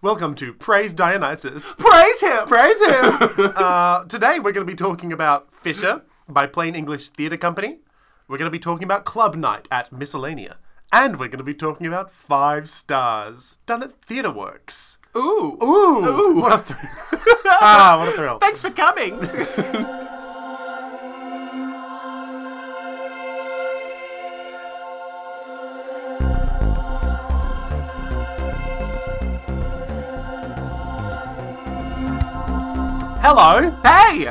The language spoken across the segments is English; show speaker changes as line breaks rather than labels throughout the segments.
Welcome to Praise Dionysus.
Praise him!
Praise him! uh, today we're going to be talking about Fisher by Plain English Theatre Company. We're going to be talking about Club Night at Miscellanea. And we're going to be talking about Five Stars, done at TheatreWorks.
Ooh!
Ooh! What a thrill. ah, what a thrill.
Thanks for coming!
Hello!
hey!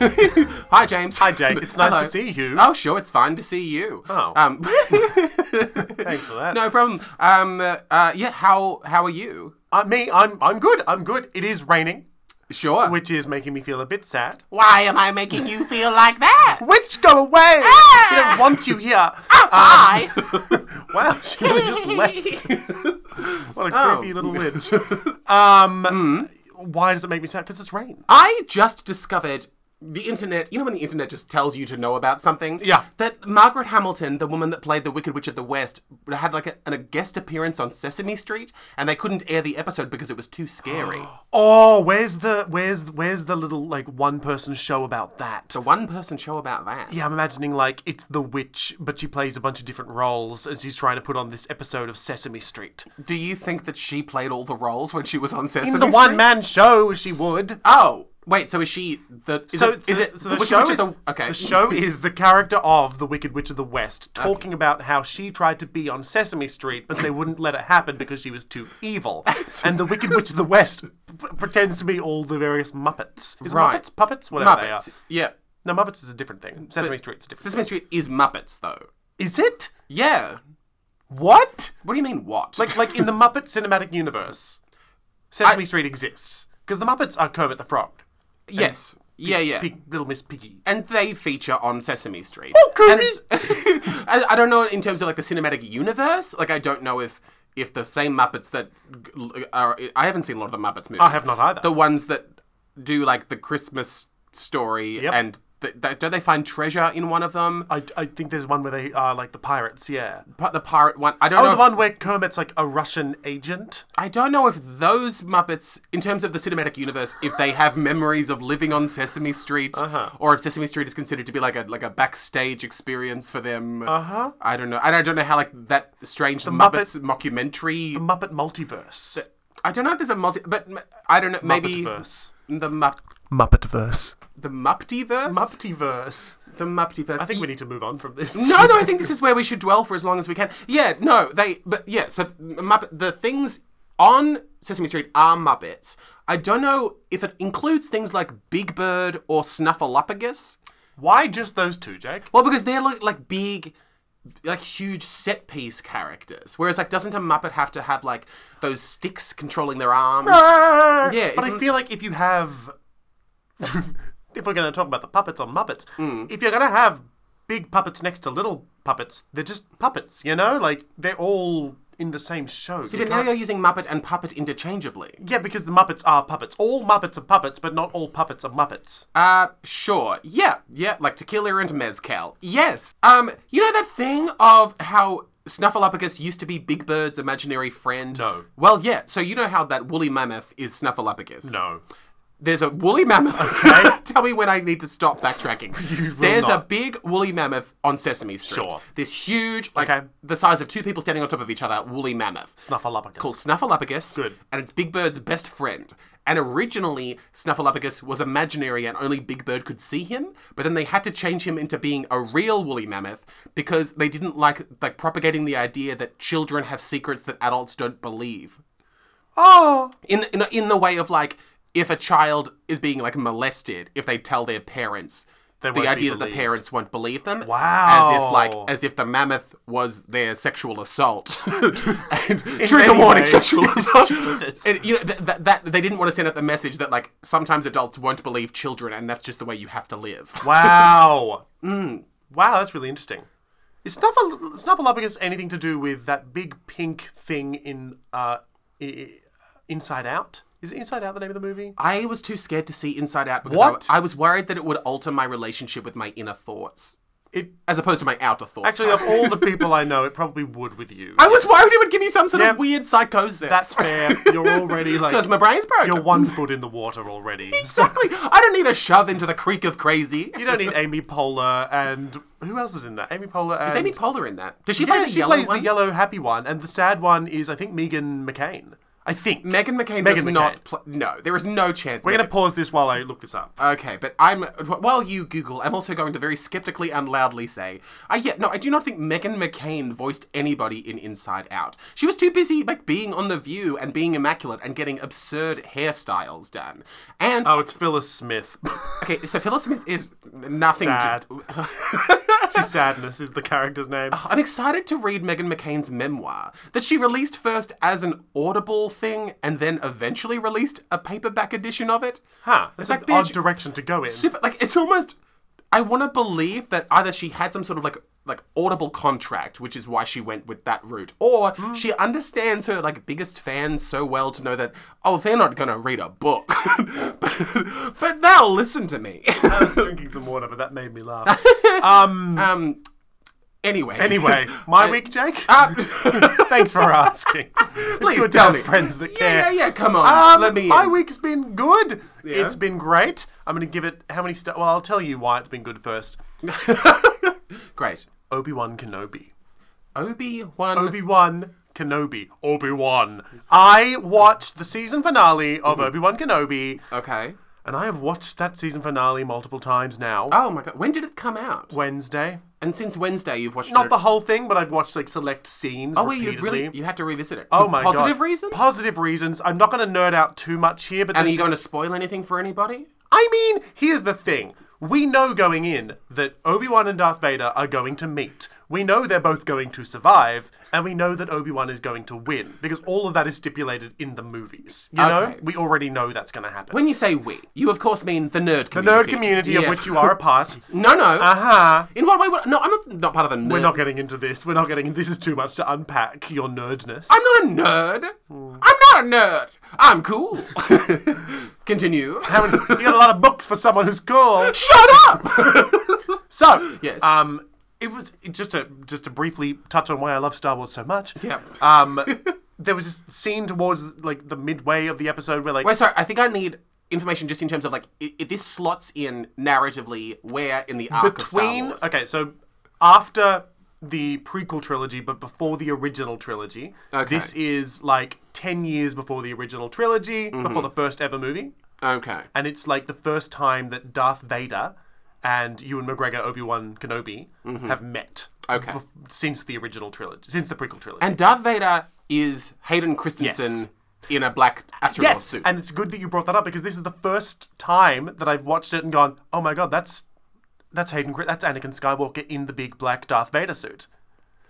Hi, James.
Hi, Jake. It's nice
Hello.
to see you.
Oh, sure. It's fine to see you.
Oh.
Um,
Thanks for that.
no problem. Um, uh, uh, yeah, how, how are you?
Uh, me, I'm, I'm good. I'm good. It is raining,
Sure.
which is making me feel a bit sad.
Why am I making you feel like that?
Witch, go away! Ah!
Ah!
We don't want you here.
Bye!
wow, she was just left. What a
Oh.
creepy little witch. Um,
Hmm.
Why does it make me sad? Because it's rain.
I just discovered the internet. You know when the internet just tells you to know about something?
Yeah.
That Margaret Hamilton, the woman that played the Wicked Witch of the West, had like a, an- a guest appearance on Sesame Street, and they couldn't air the episode because it was too scary.
Oh, where's the where's where's the little like one person show about that?
the one person show about that.
Yeah, I'm imagining like it's the witch, but she plays a bunch of different roles as she's trying to put on this episode of Sesame Street.
Do you think that she played all the roles when she was on Sesame
the
Street?
one man show, she would.
Oh. Wait, so is she the? Is
so
it, is
the,
it
so
the
the,
Wicked
show
Witch
is,
of the? Okay.
the show is the character of the Wicked Witch of the West talking about how she tried to be on Sesame Street, but they wouldn't let it happen because she was too evil. and the Wicked Witch of the West p- pretends to be all the various Muppets. Is it
Right.
Muppets puppets whatever they are.
Muppets. Yeah.
No, Muppets is a different thing. Sesame Street's a different.
Sesame Street is Muppets though.
Is it?
Yeah.
What?
What do you mean what?
Like like in the Muppet cinematic universe, Sesame Street exists because the Muppets are Kermit the Frog,
yes. Yeah, yeah.
Pig, Little Miss Piggy.
and they feature on Sesame Street.
Kermit!
And it's- I, I don't know in terms of like the cinematic universe. Like I don't know if if the same Muppets that g- are I haven't seen a lot of the Muppets movies. I
have not either.
The ones that do like the Christmas story
Yep.
and th th don't they find treasure in one of them?
I, I think there's one where they are like the pirates. Yeah.
But the pirate one. I don't
Oh,
know.
the
if-
one where Kermit's like a Russian agent.
I don't know if those Muppets, in terms of the cinematic universe, if they have memories of living on Sesame Street,
Uh-huh.
or if Sesame Street is considered to be like a like a backstage experience for them. Uh
Uh-huh.
huh. I don't know. And I don't know how like that strange Muppets mockumentary.
Muppet Multiverse.
I don't know if there's a multi, but m- I don't know. Maybe
Muppetverse.
the Mupp
Muppetverse.
the Muppetiverse.
Muppetiverse.
the Muppetiverse.
I think we need to move on from this.
No, no, I think this is where we should dwell for as long as we can. Yeah, no, they, but yeah, so Muppet, the things on Sesame Street are Muppets. I don't know if it includes things like Big Bird or Snuffleupagus.
Why just those two, Jake?
Well, because they're like, like big, like huge set piece characters. Whereas, like, doesn't a Muppet have to have like those sticks controlling their arms?
Ah! Yeah, but I
isn't-
feel like if you have, if we're going to talk about the puppets on Muppets,
Hmm.
if you're going to have big puppets next to little puppets, they're just puppets. You know, like they're all in the same show.
See,
You
but now
can't-
you're using Muppet and Puppet interchangeably.
yeah, because the Muppets are puppets. All Muppets are puppets, but not all puppets are Muppets.
Uh, sure. Yeah, yeah, like tequila and mezcal. Yes. Um, you know that thing of how Snuffleupagus used to be Big Bird's imaginary friend?
No.
Well, yeah. So you know how that woolly mammoth is Snuffleupagus?
No.
There's a woolly mammoth. Tell me when I need to stop backtracking.
You will
There's
not.
a big woolly mammoth on Sesame Street.
Sure.
This huge, like
Okay.
the size of two people standing on top of each other, woolly mammoth
Snuffleupagus.
called Snuffleupagus,
Good.
and it's Big Bird's best friend. And originally, Snuffleupagus was imaginary and only Big Bird could see him. But then they had to change him into being a real woolly mammoth because they didn't like like propagating the idea that children have secrets that adults don't believe.
Oh.
In in, in the way of like if a child is being like molested, if they tell their parents.
won't
The
be
idea that the
believed.
parents won't believe them.
Wow.
As if like as if the mammoth was their sexual assault. and trigger
many
warning
ways.
sexual assault.
Jesus.
And, you know th- th- that they didn't want to send out the message that like sometimes adults won't believe children, and that's just the way you have to live.
Wow. Mm. Wow, that's really interesting. Is Snuffle- Snuffleupagus anything to do with that big pink thing in uh, I- I- Inside Out? Is it Inside Out the name of the movie?
I was too scared to see Inside Out because
What?
I, I was worried that it would alter my relationship with my inner thoughts.
It
as opposed to my outer thoughts.
actually, of all the people I know, it probably would with you.
I was worried it would give me some sort
Yeah.
of weird psychosis.
That's fair. You're already
because
like
my brain's broken.
you're one foot in the water already. So
exactly. I don't need a shove into the creek of crazy.
you don't need Amy Poehler and who else is in that? Amy Poehler and
Is Amy Poehler in that? Does she
Yeah,
play the
she
yellow
plays
one?
the yellow happy one, and the sad one is I think Megan McCain. I think
Megan McCain
Meghan
does
McCain.
not play. No, there is no chance.
We're gonna pause this while I look this up.
Okay, but I'm while you Google, I'm also going to very skeptically and loudly say, I yeah, no, I do not think Megan McCain voiced anybody in Inside Out. She was too busy like being on The View and being immaculate and getting absurd hairstyles done. And
Oh, it's Phyllis Smith.
okay, so Phyllis Smith is nothing.
Sad.
To,
She's Sadness is the character's name.
I'm excited to read Megan McCain's memoir that she released first as an audible thing and then eventually released a paperback edition of it.
Huh? That's
It's
an
like,
odd
bitch,
direction to go in.
super like it's almost I want to believe that either she had some sort of like like audible contract, which is why she went with that route, or
Hmm.
she understands her like biggest fans so well to know that oh they're not gonna read a book, but, but they'll listen to me.
I was drinking some water, but that made me laugh.
um, anyway,
Hmm. Anyway, my week, Jake. Thanks for asking.
please
good to
tell
have
me
friends that
yeah,
care.
Yeah, yeah, come on,
Um,
let me.
my
in.
week's been good. It's been great. I'm going to give it how many stars? Well, I'll tell you why it's been good first.
Great,
Obi Wan Kenobi.
Obi Wan.
Obi Wan Kenobi. Obi Wan. I watched the season finale
Mm-hmm.
of Obi Wan Kenobi,
okay.
and I have watched that season finale multiple times now.
Oh my god, when did it come out?
Wednesday.
And since Wednesday, you've watched
Not
it.
the whole thing, but I've watched like select scenes.
Oh wait, you
repeatedly.
really you had to revisit it.
Oh
For
my
positive
God.
reasons.
Positive reasons. I'm not going to nerd out too much here, but
and are
there's
you
this-
going to spoil anything for anybody?
I mean, here's the thing. We know going in that Obi Wan and Darth Vader are going to meet. We know they're both going to survive, and we know that Obi Wan is going to win because all of that is stipulated in the movies. You know,
Okay.
we already know that's going to happen.
When you say we, you of course mean the nerd
the nerd
community.
community of
Yes.
which you are a part.
No, no.
Aha!
In what way? Would, no, I'm not, not part of the nerd.
We're not getting into this. We're not getting. This is too much to unpack your nerdness.
I'm not a nerd.
Hmm.
I'm not a nerd. I'm cool. Continue.
you got a lot of books for someone who's cool.
Shut up.
So
Yes.
um, it was just to just to briefly touch on why I love Star Wars so much.
Yeah.
Um, there was this scene towards like the midway of the episode where like
Wait, sorry. I think I need information just in terms of like i i this slots in narratively where in the arc of Star
between
Wars.
okay, so after the prequel trilogy, but before the original trilogy,
Okay.
this is like ten years before the original trilogy,
Mm-hmm.
before the first ever movie,
Okay.
and it's like the first time that Darth Vader. And Ewan McGregor, Obi Wan Kenobi, have met.
Mm-hmm. Okay.
bef- since the original trilogy, since the prequel trilogy.
And Darth Vader is Hayden Christensen in a black astronaut
Yes,
suit.
and it's good that you brought that up because this is the first time that I've watched it and gone, "Oh my god, that's that's Hayden, Cri- that's Anakin Skywalker in the big black Darth Vader suit."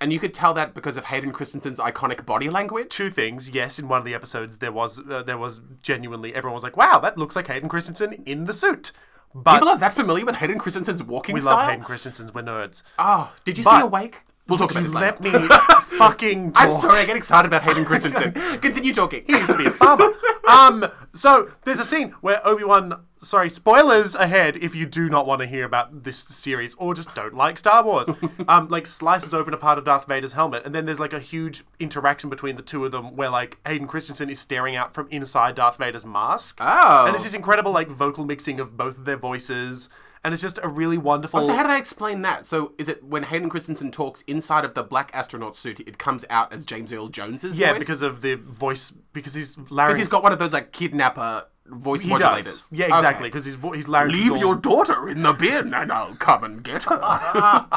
And you could tell that because of Hayden Christensen's iconic body language.
Two things, yes, in one of the episodes there was uh, there was genuinely everyone was like, "Wow, that looks like Hayden Christensen in the suit." But
People are that familiar with Hayden Christensen's walking
we
style.
love Hayden Christensen's. We're nerds.
Oh, did you
But-
see Awake? We'll talk about
You
this later.
let me fucking. Talk.
I'm sorry, I get excited about Hayden Christensen. Continue talking.
he used to be a farmer. um, so there's a scene where Obi Wan. Sorry, spoilers ahead if you do not want to hear about this series or just don't like Star Wars. um, like slices open a part of Darth Vader's helmet, and then there's like a huge interaction between the two of them where like Hayden Christensen is staring out from inside Darth Vader's mask.
Oh.
and it's this incredible like vocal mixing of both of their voices, and it's just a really wonderful.
Oh, So how do they explain that? So is it when Hayden Christensen talks inside of the black astronaut suit, it comes out as James Earl Jones's
yeah,
voice?
because of the voice, because he's larynx.
Because he's got one of those like kidnapper voice
he
modulators.
does. Yeah,
Okay.
exactly. Because his vo- his larynx. is
Leave
all-
your daughter in the bin, and I'll come and get her.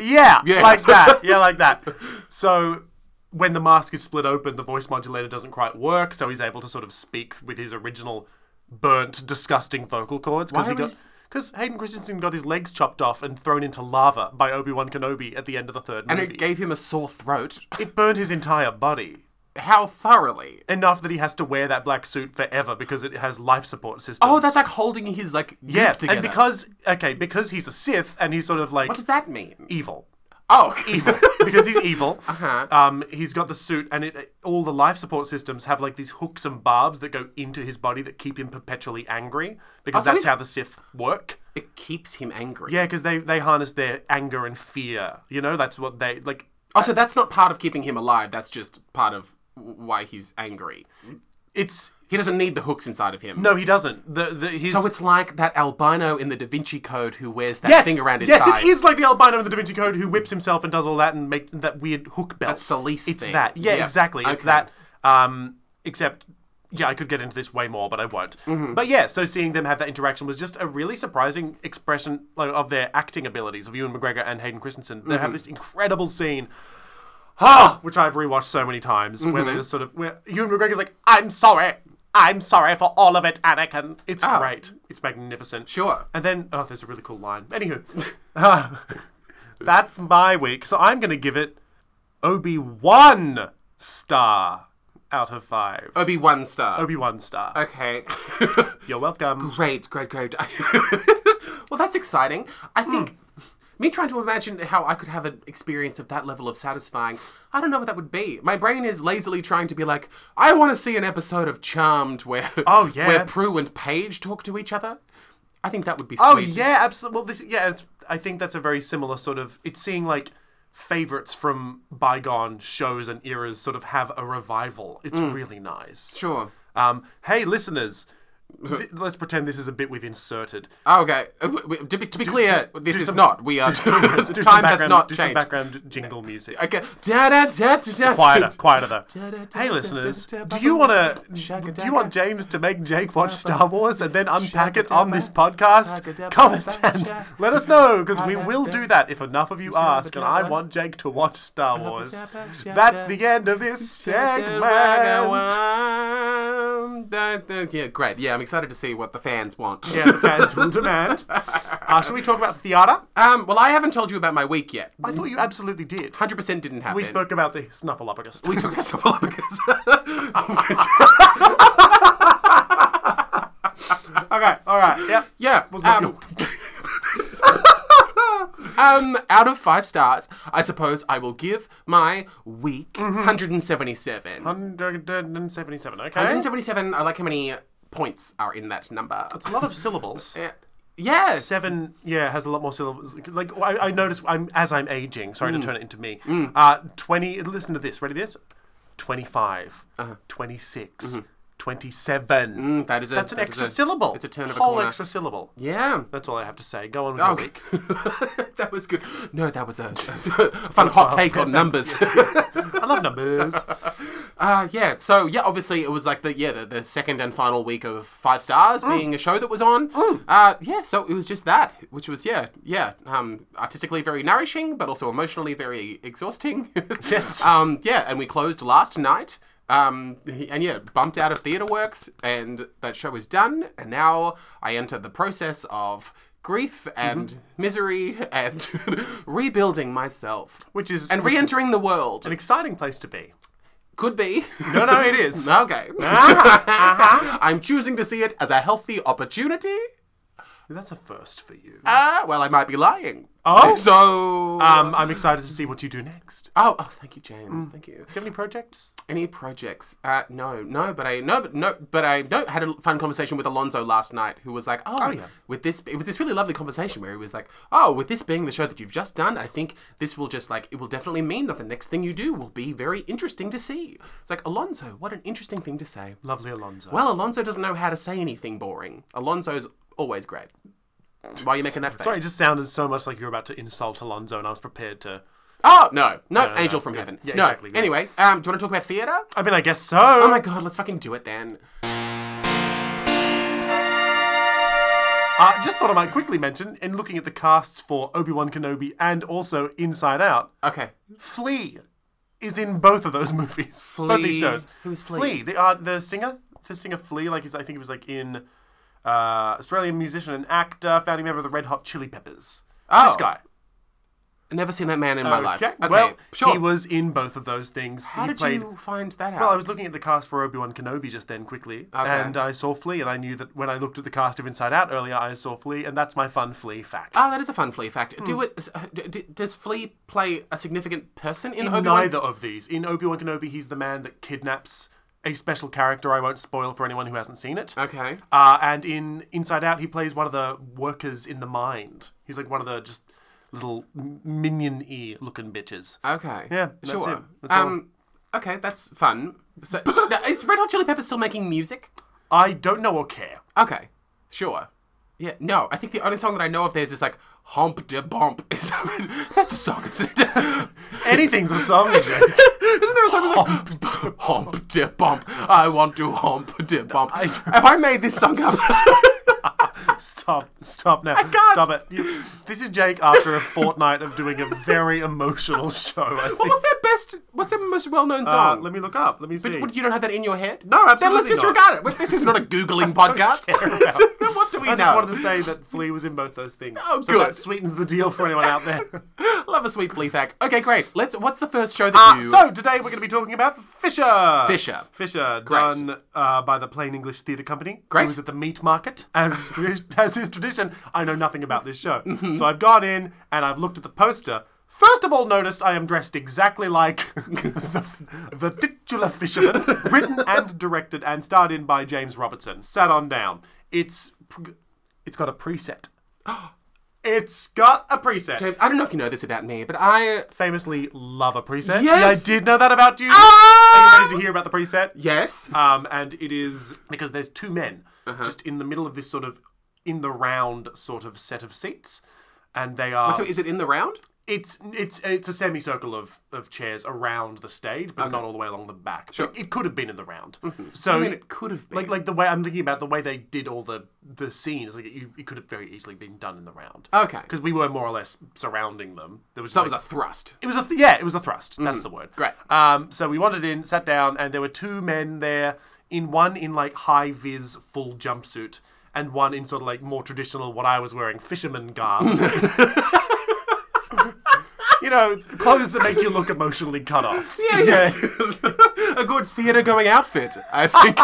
Yeah,
Yes.
like that. Yeah, like that. So when the mask is split open, the voice modulator doesn't quite work, so he's able to sort of speak with his original burnt, disgusting vocal cords because he
Why
got
was-
because Hayden Christensen got his legs chopped off and thrown into lava by Obi Wan Kenobi at the end of the third
and
movie.
it gave him a sore throat.
it burned his entire body.
How thoroughly?
Enough that he has to wear that black suit forever because it has life support systems.
Oh, that's like holding his like goop
yeah,
together.
and because okay, because he's a Sith and he's sort of like
what does that mean?
evil.
Oh,
evil because he's evil. Uh-huh. Um, he's got the suit, and it, it- all the life support systems have like these hooks and barbs that go into his body that keep him perpetually angry because
Oh, so
that's
he's-
how the Sith work.
it keeps him angry.
Yeah, because they they harness their anger and fear. You know, that's what they like.
Oh, so that's not part of keeping him alive. That's just part of w- why he's angry.
It's
He doesn't need the hooks inside of him.
no, he doesn't. The the his.
So it's like that albino in the Da Vinci Code who wears that
Yes,
thing around his
yes,
thigh.
it is like the albino in the Da Vinci Code who whips himself and does all that and makes that weird hook belt.
That's Solis
It's
thing.
that. Yeah,
Yeah.
exactly. It's
Okay.
that. Um, except, yeah, I could get into this way more, but I won't.
Mm-hmm.
But yeah, so seeing them have that interaction was just a really surprising expression like, of their acting abilities of Ewan McGregor and Hayden Christensen. They
Mm-hmm.
have this incredible scene. Ah, which I've rewatched so many times,
Mm-hmm.
where they're just sort of where Ewan McGregor's like, "I'm sorry, I'm sorry for all of it, Anakin." It's great, it's magnificent.
Ah. Sure.
And then, oh, there's a really cool line. Anywho, uh, that's my week. So I'm going to give it Obi one star out of five.
Obi One star.
Obi one star.
okay.
You're welcome.
great, great, great. well, that's exciting. I
Hmm.
think me trying to imagine how I could have an experience of that level of satisfying, I don't know what that would be. My brain is lazily trying to be like, I want to see an episode of Charmed where
Oh, yeah.
where Prue and Paige talk to each other. I think that would be sweet.
Oh yeah, absolutely. Well, this yeah, it's, I think that's a very similar sort of. It's seeing like favorites from bygone shows and eras sort of have a revival. It's really nice.
Sure.
Um, hey, listeners, th- let's pretend this is a bit we've inserted.
Oh, okay. Uh, w- w- To be, to be clear, this is not. We are.
Do some
time has
background-
not
do some
changed.
background jingle music.
Okay. Da, da, da, da, da.
Quieter, quieter though.
da,
Hey,
da,
listeners,
da, da,
do you want to?
Shaka
Do you want
daka.
James to make Jake watch Star Wars and then unpack it
Shaka
on this
daka, shaka
podcast?
daka,
Comment
shaka
and
daka.
let us know because we
Shaka
will
daka.
do that if enough of you ask. And I
daka.
want Jake to watch Star Wars.
daka, shaka.
That's the end of this segment.
Da, da, Yeah, great. Yeah, I'm excited to see what the fans want.
Yeah, the fans will demand. Uh, shall we talk about theatre?
Um. Well, I haven't told you about my week yet.
I thought you absolutely did.
Hundred percent didn't happen.
We spoke about the snuffleupagus.
We took this off because.
okay, all right. Yep.
Yeah.
not
um, um, out of five stars, I suppose I will give my week
Mm-hmm.
177.
177. Okay.
177, I like how many points are in that number.
It's a lot of syllables.
Uh, yeah.
Seven, yeah, has a lot more syllables. 'Cause, Like I, I notice, I'm as I'm aging. Sorry
Mm.
to turn it into me. Uh, Twenty. Listen to this. Ready? This. 25 26, 27.
Uh-huh. Mm-hmm. Mm, that is a,
That's an
that is
extra
a-
syllable.
It's a turn of a
whole
corner.
extra syllable.
Yeah.
That's all I have to say. Go on with your week.
that was good. No, that was a, a fun hot take on numbers.
I love numbers.
Uh, yeah, so yeah, obviously it was like the yeah the, the second and final week of Five Stars being a show that was on. Uh, yeah, so it was just that, which was yeah yeah um, artistically very nourishing, but also emotionally very exhausting.
Yes.
um, yeah, and we closed last night. Um, and yeah, bumped out of Theatre Works, and that show is done. And now I enter the process of grief and misery and rebuilding myself
Which is
and
which is
re-entering the world.
an exciting place to be.
Could be.
No, no, it is. Uh-huh.
Okay. I'm choosing to see it as a healthy opportunity.
That's a first for you.
Ah, well, I might be lying.
Oh.
So.
Um, I'm excited to see what you do next.
oh, oh, thank you,
Mm.
James. Thank you.
Do you have any projects?
Any projects? Uh, no, no, but I no, but no, but I no had a fun conversation with Alonzo last night, who was like, "Oh,
yeah.
with this, it was this really lovely conversation where he was like, "Oh, with this being the show that you've just done, I think this will just like it will definitely mean that the next thing you do will be very interesting to see." It's like Alonzo, what an interesting thing to say.
Lovely Alonzo.
Well, Alonso doesn't know how to say anything boring. Alonso's always great. Why are you making that face?
Sorry, it just sounded so much like you were about to insult Alonzo, and I was prepared to.
oh no, no,
no,
Angel
no.
from
Yeah.
Heaven.
Yeah,
no.
exactly, yeah.
Anyway, um, do you want to talk about theatre?
I mean, I guess so.
Oh my god, let's fucking do it then.
Uh, just thought I might quickly mention in looking at the casts for Obi Wan Kenobi and also Inside Out,
Okay.
Flea is in both of those movies. Both these
Flea.
shows.
Who is Flea?
the uh, the singer, the singer Flea. Like he's, I think he was like in uh, Australian musician and actor, founding member of the Red Hot Chili Peppers.
Oh.
This guy.
Never seen that man in my life. Okay,
well,
sure.
he was in both of those things.
How
he
did
played.
you find that out?
Well, I was looking at the cast for Obi Wan Kenobi just then quickly, and I saw Flea, and I knew that when I looked at the cast of Inside Out earlier, I saw Flea, and that's my fun Flea fact.
Oh, that is a fun Flea fact. Do
Hmm.
it, uh, d- d- does Flea play a significant person in, Obi-Wan?
Neither of these. In Obi Wan Kenobi, he's the man that kidnaps a special character. I won't spoil for anyone who hasn't seen it.
Okay.
Uh, and in Inside Out, he plays one of the workers in the mind. He's like one of the just little minion y looking bitches.
Okay.
Yeah, that's
sure.
it. That's all.
um, okay, that's fun. So, now, is Red Hot Chili Peppers still making music?
I don't know or care.
Okay, sure. Yeah, no, I think the only song that I know of theirs is like Hump de Bump. Is that- that's a song, isn't it?
Anything's a song. Jay.
Isn't there a song that's like Hump de Bump? I want to hump de bump. Have I made this song up?
Stop. Stop now. I
can't.
Stop it. You- this is Jake after a fortnight of doing a very emotional show. I
what
think.
was their best? What's their most well-known
Uh,
song?
let me look up. Let me see.
What, you don't have that in your head?
No,
Then let's
absolutely
just
not.
regard it. Well, This is not a googling podcast.
about-
what do we
I
know?
just wanted to say that Flea was in both those things.
Oh,
so
good.
That sweetens the deal for anyone out there.
Love a sweet flea fact. Okay, great. Let's. What's the first show that
Uh,
you?
so today we're going to be talking about Fisher.
Fisher.
Fisher,
Great.
done uh, by the Plain English Theatre Company.
Great.
It was at the meat market. As, tradi- as is tradition, I know nothing about this show.
Mm-hmm.
So I've gone in and I've looked at the poster. First of all, noticed I am dressed exactly like the, the titular fisherman, written and directed and starred in by James Robertson. Sat on down. It's pr- it's got a preset. It's got a preset.
James, I don't know if you know this about me, but I.
Famously love a preset.
Yes. Ah!
Yeah, I did know that about you. Are you ready to
Um,
hear about the preset?
Yes.
Um, and it is because there's two men
Uh-huh.
just in the middle of this sort of in the round sort of set of seats, and they are.
So is it in the round?
it's it's it's a semicircle of of chairs around the stage, but not all the way along the back. Sure. It could have been in the round. So
Mm-hmm. I mean, it could have been.
like like the way I'm thinking about the way they did all the the scenes, like you, it could have very easily been done in the round.
okay.
Because we were more or less surrounding them. There was
Uh, That
like-
was a thrust.
it was a th- yeah, it was a thrust. That's the word.
Mm. Great.
Um, so we wandered in, sat down, and there were two men there. In one in like high vis full jumpsuit, and one in sort of like more traditional what I was wearing fisherman garb. you know, clothes that make you look emotionally cut off.
yeah. a good theatre going outfit, I think.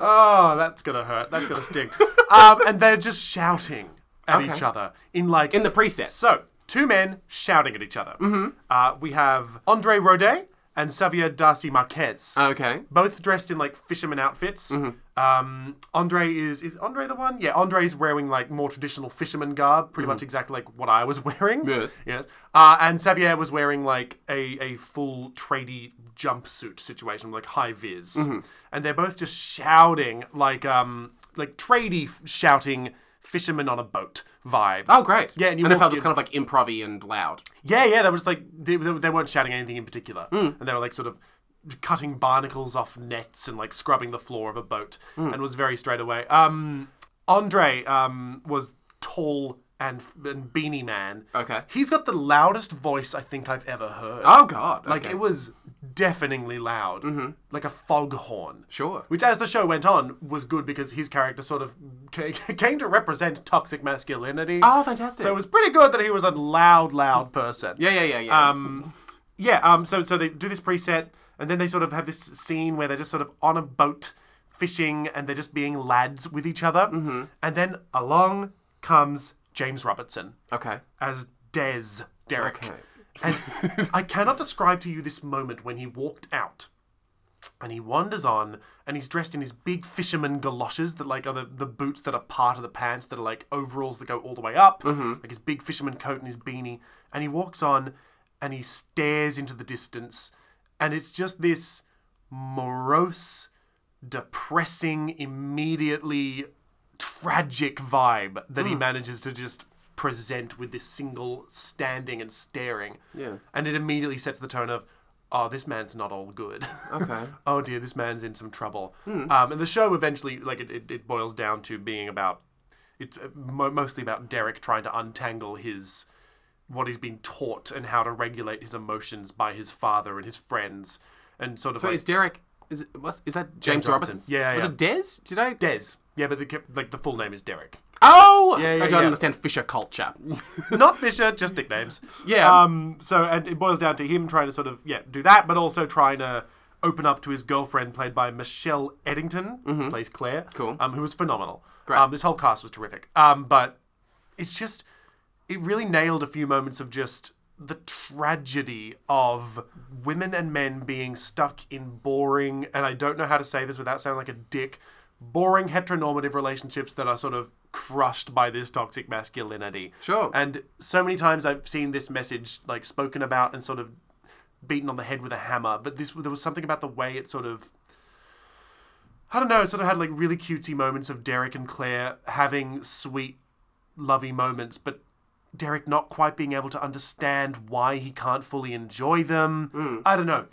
Oh, that's gonna hurt. That's gonna sting. um, and they're just shouting at
Okay.
each other in like
in the preset.
So, two men shouting at each other.
Mm-hmm.
Uh, we have Andre Rode and Xavier Darcy Marquez.
Okay. Mm-hmm.
Both dressed in like fisherman outfits. Um, Andre is is Andre the one? Yeah, Andre's wearing like more traditional fisherman garb, pretty much exactly like what I was wearing.
Mm-hmm. Yes.
Yes. Uh, and Xavier was wearing like a, a full tradie jumpsuit situation, like high vis.
Mm-hmm.
And they're both just shouting like um like tradie f- shouting fisherman on a boat vibes.
Oh, great.
Yeah, and you
and it felt
walked
just
in-
kind of like improv and loud.
yeah, yeah, they were just like they, they they weren't shouting anything in particular,
Mm.
and they were like sort of cutting barnacles off nets and like scrubbing the floor of a boat,
Mm.
and it was very straight away. Um, Andre um, was tall and and beanie man.
Okay.
he's got the loudest voice I think I've ever heard.
Oh, God.
Like
okay. Mm-hmm.
it was deafeningly loud, like a foghorn.
Sure.
Which, as the show went on, was good because his character sort of ca- came to represent toxic masculinity.
Oh, fantastic.
So it was pretty good that he was a loud, loud person.
yeah, yeah, yeah, yeah.
Um, yeah. Um. So so they do this preset, and then they sort of have this scene where they're just sort of on a boat fishing, and they're just being lads with each other. Mm-hmm. And then along comes James Robertson
okay.
as Des Derek.
Okay.
And I cannot describe to you this moment when he walked out and he wanders on and he's dressed in his big fisherman galoshes that like are the, the boots that are part of the pants that are like overalls that go all the way up like his big fisherman coat and his beanie and he walks on and he stares into the distance and it's just this morose depressing immediately tragic vibe that
Hmm.
he manages to just present with this single standing and staring
Yeah.
and it immediately sets the tone of oh this man's not all good
Okay. Hmm.
oh dear, this man's in some trouble. Um, and the show eventually, like, it, it, it boils down to being about, it's uh, mo- mostly about Derek trying to untangle his, what he's been taught and how to regulate his emotions by his father and his friends and sort of
So
like
is Derek. Is, it, what's, is that James,
Robertson.
Robertson?
Yeah, yeah,
Was it Des? Did I?
Des. Yeah, but the, ca- like the full name is Derek.
Oh,
yeah,
I don't
yeah.
understand Fisher culture.
Not Fisher, just nicknames.
Yeah.
Um, so and it boils down to him trying to sort of yeah do that, but also trying to open up to his girlfriend, played by Michelle Eddington, who plays Claire.
Mm-hmm. Cool.
Um, who was phenomenal.
Great.
Um, this whole cast was terrific. Um, but it's just it really nailed a few moments of just the tragedy of women and men being stuck in boring and I don't know how to say this without sounding like a dick boring heteronormative relationships that are sort of crushed by this toxic masculinity.
Sure.
And so many times I've seen this message like spoken about and sort of beaten on the head with a hammer, but this there was something about the way it sort of I don't know, it sort of had like really cutesy moments of Derek and Claire having sweet, lovey moments, but Derek not quite being able to understand why he can't fully enjoy them.
Hmm.
I don't know.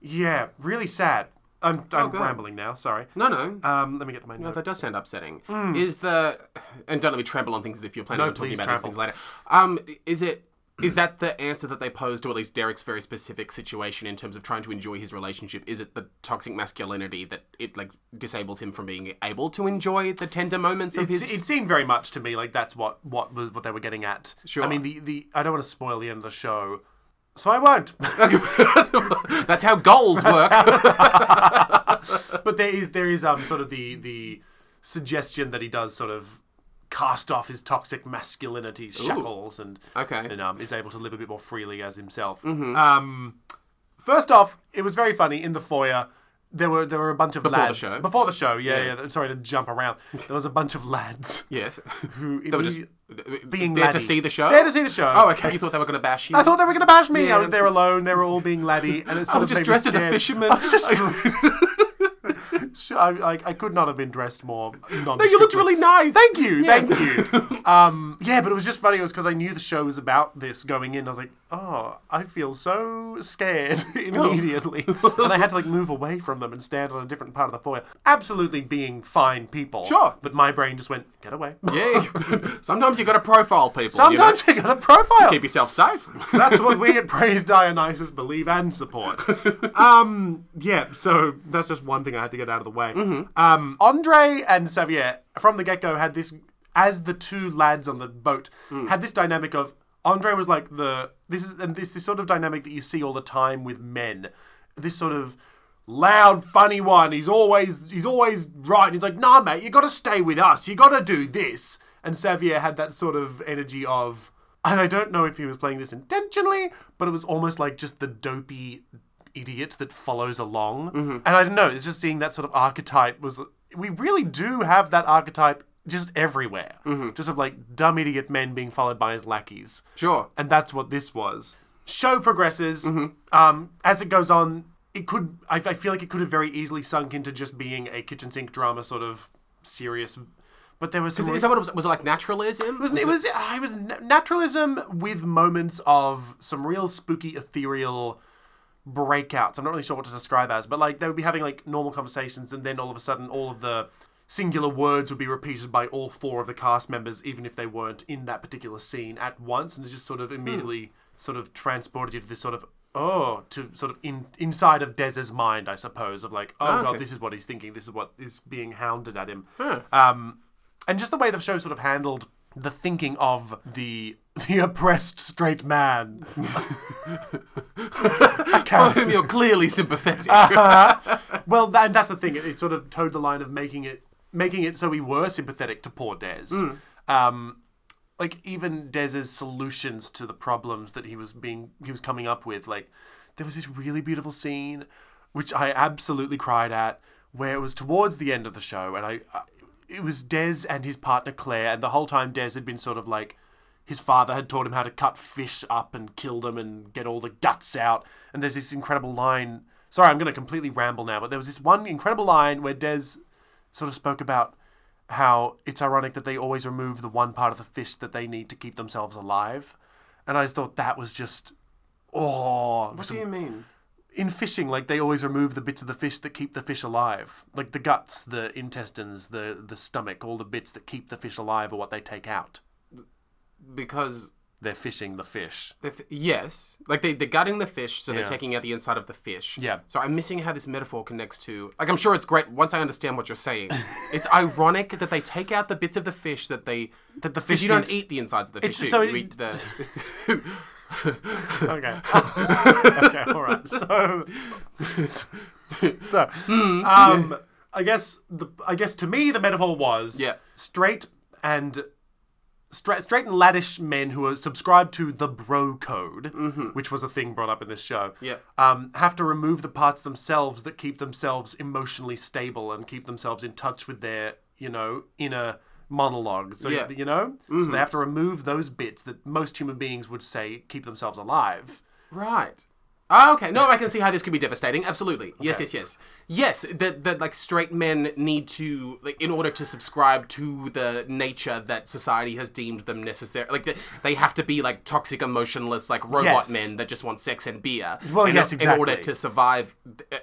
Yeah, really sad. I'm, I'm
Oh, good.
rambling now, sorry.
No, no.
Um, let me get to my notes.
That does sound upsetting. Is the and don't let me trample on things if you're planning on
Hmm.
talking
please
about
trample.
these things later. Um, is it is that the answer that they pose to at least Derek's very specific situation in terms of trying to enjoy his relationship? Is it the toxic masculinity that it like disables him from being able to enjoy the tender moments of
It's-
his?
it seemed very much to me like that's what what was what they were getting at.
Sure.
I mean, the the I don't want to spoil the end of the show, so I won't.
That's how goals work.
but there is there is um sort of the the suggestion that he does sort of cast off his toxic masculinity shackles and
Okay. Mm-hmm.
and um, is able to live a bit more freely as himself. Um, first off, it was very funny in the foyer. There were there were a bunch of
the
lads
show.
before the show. Yeah,
Yeah.
yeah. I'm sorry to jump around. There was a bunch of lads
yes.
who
They were just
being
there to
laddie.
see the show.
There to see the show.
Oh, okay. You thought they were going to bash you.
I thought they were going to bash me.
Yeah.
I was there alone. They were all being laddie, and it sort
I was
of made
just
me
dressed as a
scared.
fisherman.
I was just Sure, I, like, I could not have been dressed more. No,
you looked really nice.
Thank you,
Yeah.
thank you. Um, yeah, but it was just funny. It was because I knew the show was about this going in. I was like, oh, I feel so scared
Oh.
immediately, and I had to like move away from them and stand on a different part of the foyer. Absolutely being fine people.
Sure.
but my brain just went get away.
Yeah. Sometimes you got to profile people.
Sometimes
you
you, got a profile.
know? keep yourself safe.
That's what we at Praise Dionysus believe and support. um, yeah, so that's just one thing I had to get out of the way. Um, Andre and Xavier, from the get go, had this, as the two lads on the boat, had this dynamic of Andre was like the, this is, and this, this sort of dynamic that you see all the time with men. This sort of loud funny one he's always he's always right he's like nah mate you gotta stay with us you gotta do this and Xavier had that sort of energy of and I don't know if he was playing this intentionally, but it was almost like just the dopey idiot that follows along.
Mm-hmm.
And I don't know, it's just seeing that sort of archetype was. We really do have that archetype just everywhere.
Mm-hmm.
Just of like dumb idiot men being followed by his lackeys.
Sure.
And that's what this was. Show progresses.
Mm-hmm.
Um, as it goes on, it could. I, I feel like it could have very easily sunk into just being a kitchen sink drama sort of serious. But there was some
Is that what it was? Was it like naturalism?
was it was I was na- naturalism with moments of some real spooky ethereal breakouts. I'm not really sure what to describe as, but like they would be having like normal conversations, and then all of a sudden, all of the singular words would be repeated by all four of the cast members, even if they weren't in that particular scene at once, and it just sort of immediately sort of transported you to this sort of oh to sort of in, inside of Dez's mind, I suppose, of like oh
okay.
god, this is what he's thinking, this is what is being hounded at him. Um, and just the way the show sort of handled the thinking of the the oppressed straight man. I
For
can't.
whom you're clearly sympathetic.
Ah. Well, that, that's the thing. It, it sort of towed the line of making it making it so we were sympathetic to poor Des. Um, like even Des's solutions to the problems that he was being he was coming up with. Like there was this really beautiful scene, which I absolutely cried at, where it was towards the end of the show, and I, I it was Des and his partner Claire, and the whole time Des had been sort of like. His father had taught him how to cut fish up and kill them and get all the guts out. And there's this incredible line. Sorry, I'm going to completely ramble now, but there was this one incredible line where Des sort of spoke about how it's ironic that they always remove the one part of the fish that they need to keep themselves alive. And I just thought that was just, oh,
what do you mean?
in fishing, like they always remove the bits of the fish that keep the fish alive, like the guts, the intestines, the the stomach, all the bits that keep the fish alive are what they take out
Because
they're fishing the fish.
The f- yes, like they, they're gutting the fish, so
Yeah.
they're taking out the inside of the fish.
Yeah.
So I'm missing how this metaphor connects to. Like I'm sure it's great once I understand what you're saying. it's ironic that they take out the bits of the fish that they that
the
you don't eat the insides of the
It's-
fish.
so
So
it-
you eat the.
Okay. okay. All right. So, so,
Hmm.
um, I guess the I guess to me the metaphor was
Yeah.
straight and straight straight and laddish men who are subscribed to the bro code, which was a thing brought up in this show.
Mm-hmm. Yeah.
Um, have to remove the parts themselves that keep themselves emotionally stable and keep themselves in touch with their you know inner monologue. So
Yeah.
you know, so they have to remove those bits that most human beings would say keep themselves alive.
Right. Oh, okay. No, I can see how this could be devastating. Absolutely. Yes, yes, yes. Yes, that that like straight men need to like in order to subscribe to the nature that society has deemed them necessary. Like they, they have to be like toxic, emotionless, like robot
Yes.
men that just want sex and beer.
Well,
in,
yes,
In order
exactly.
to survive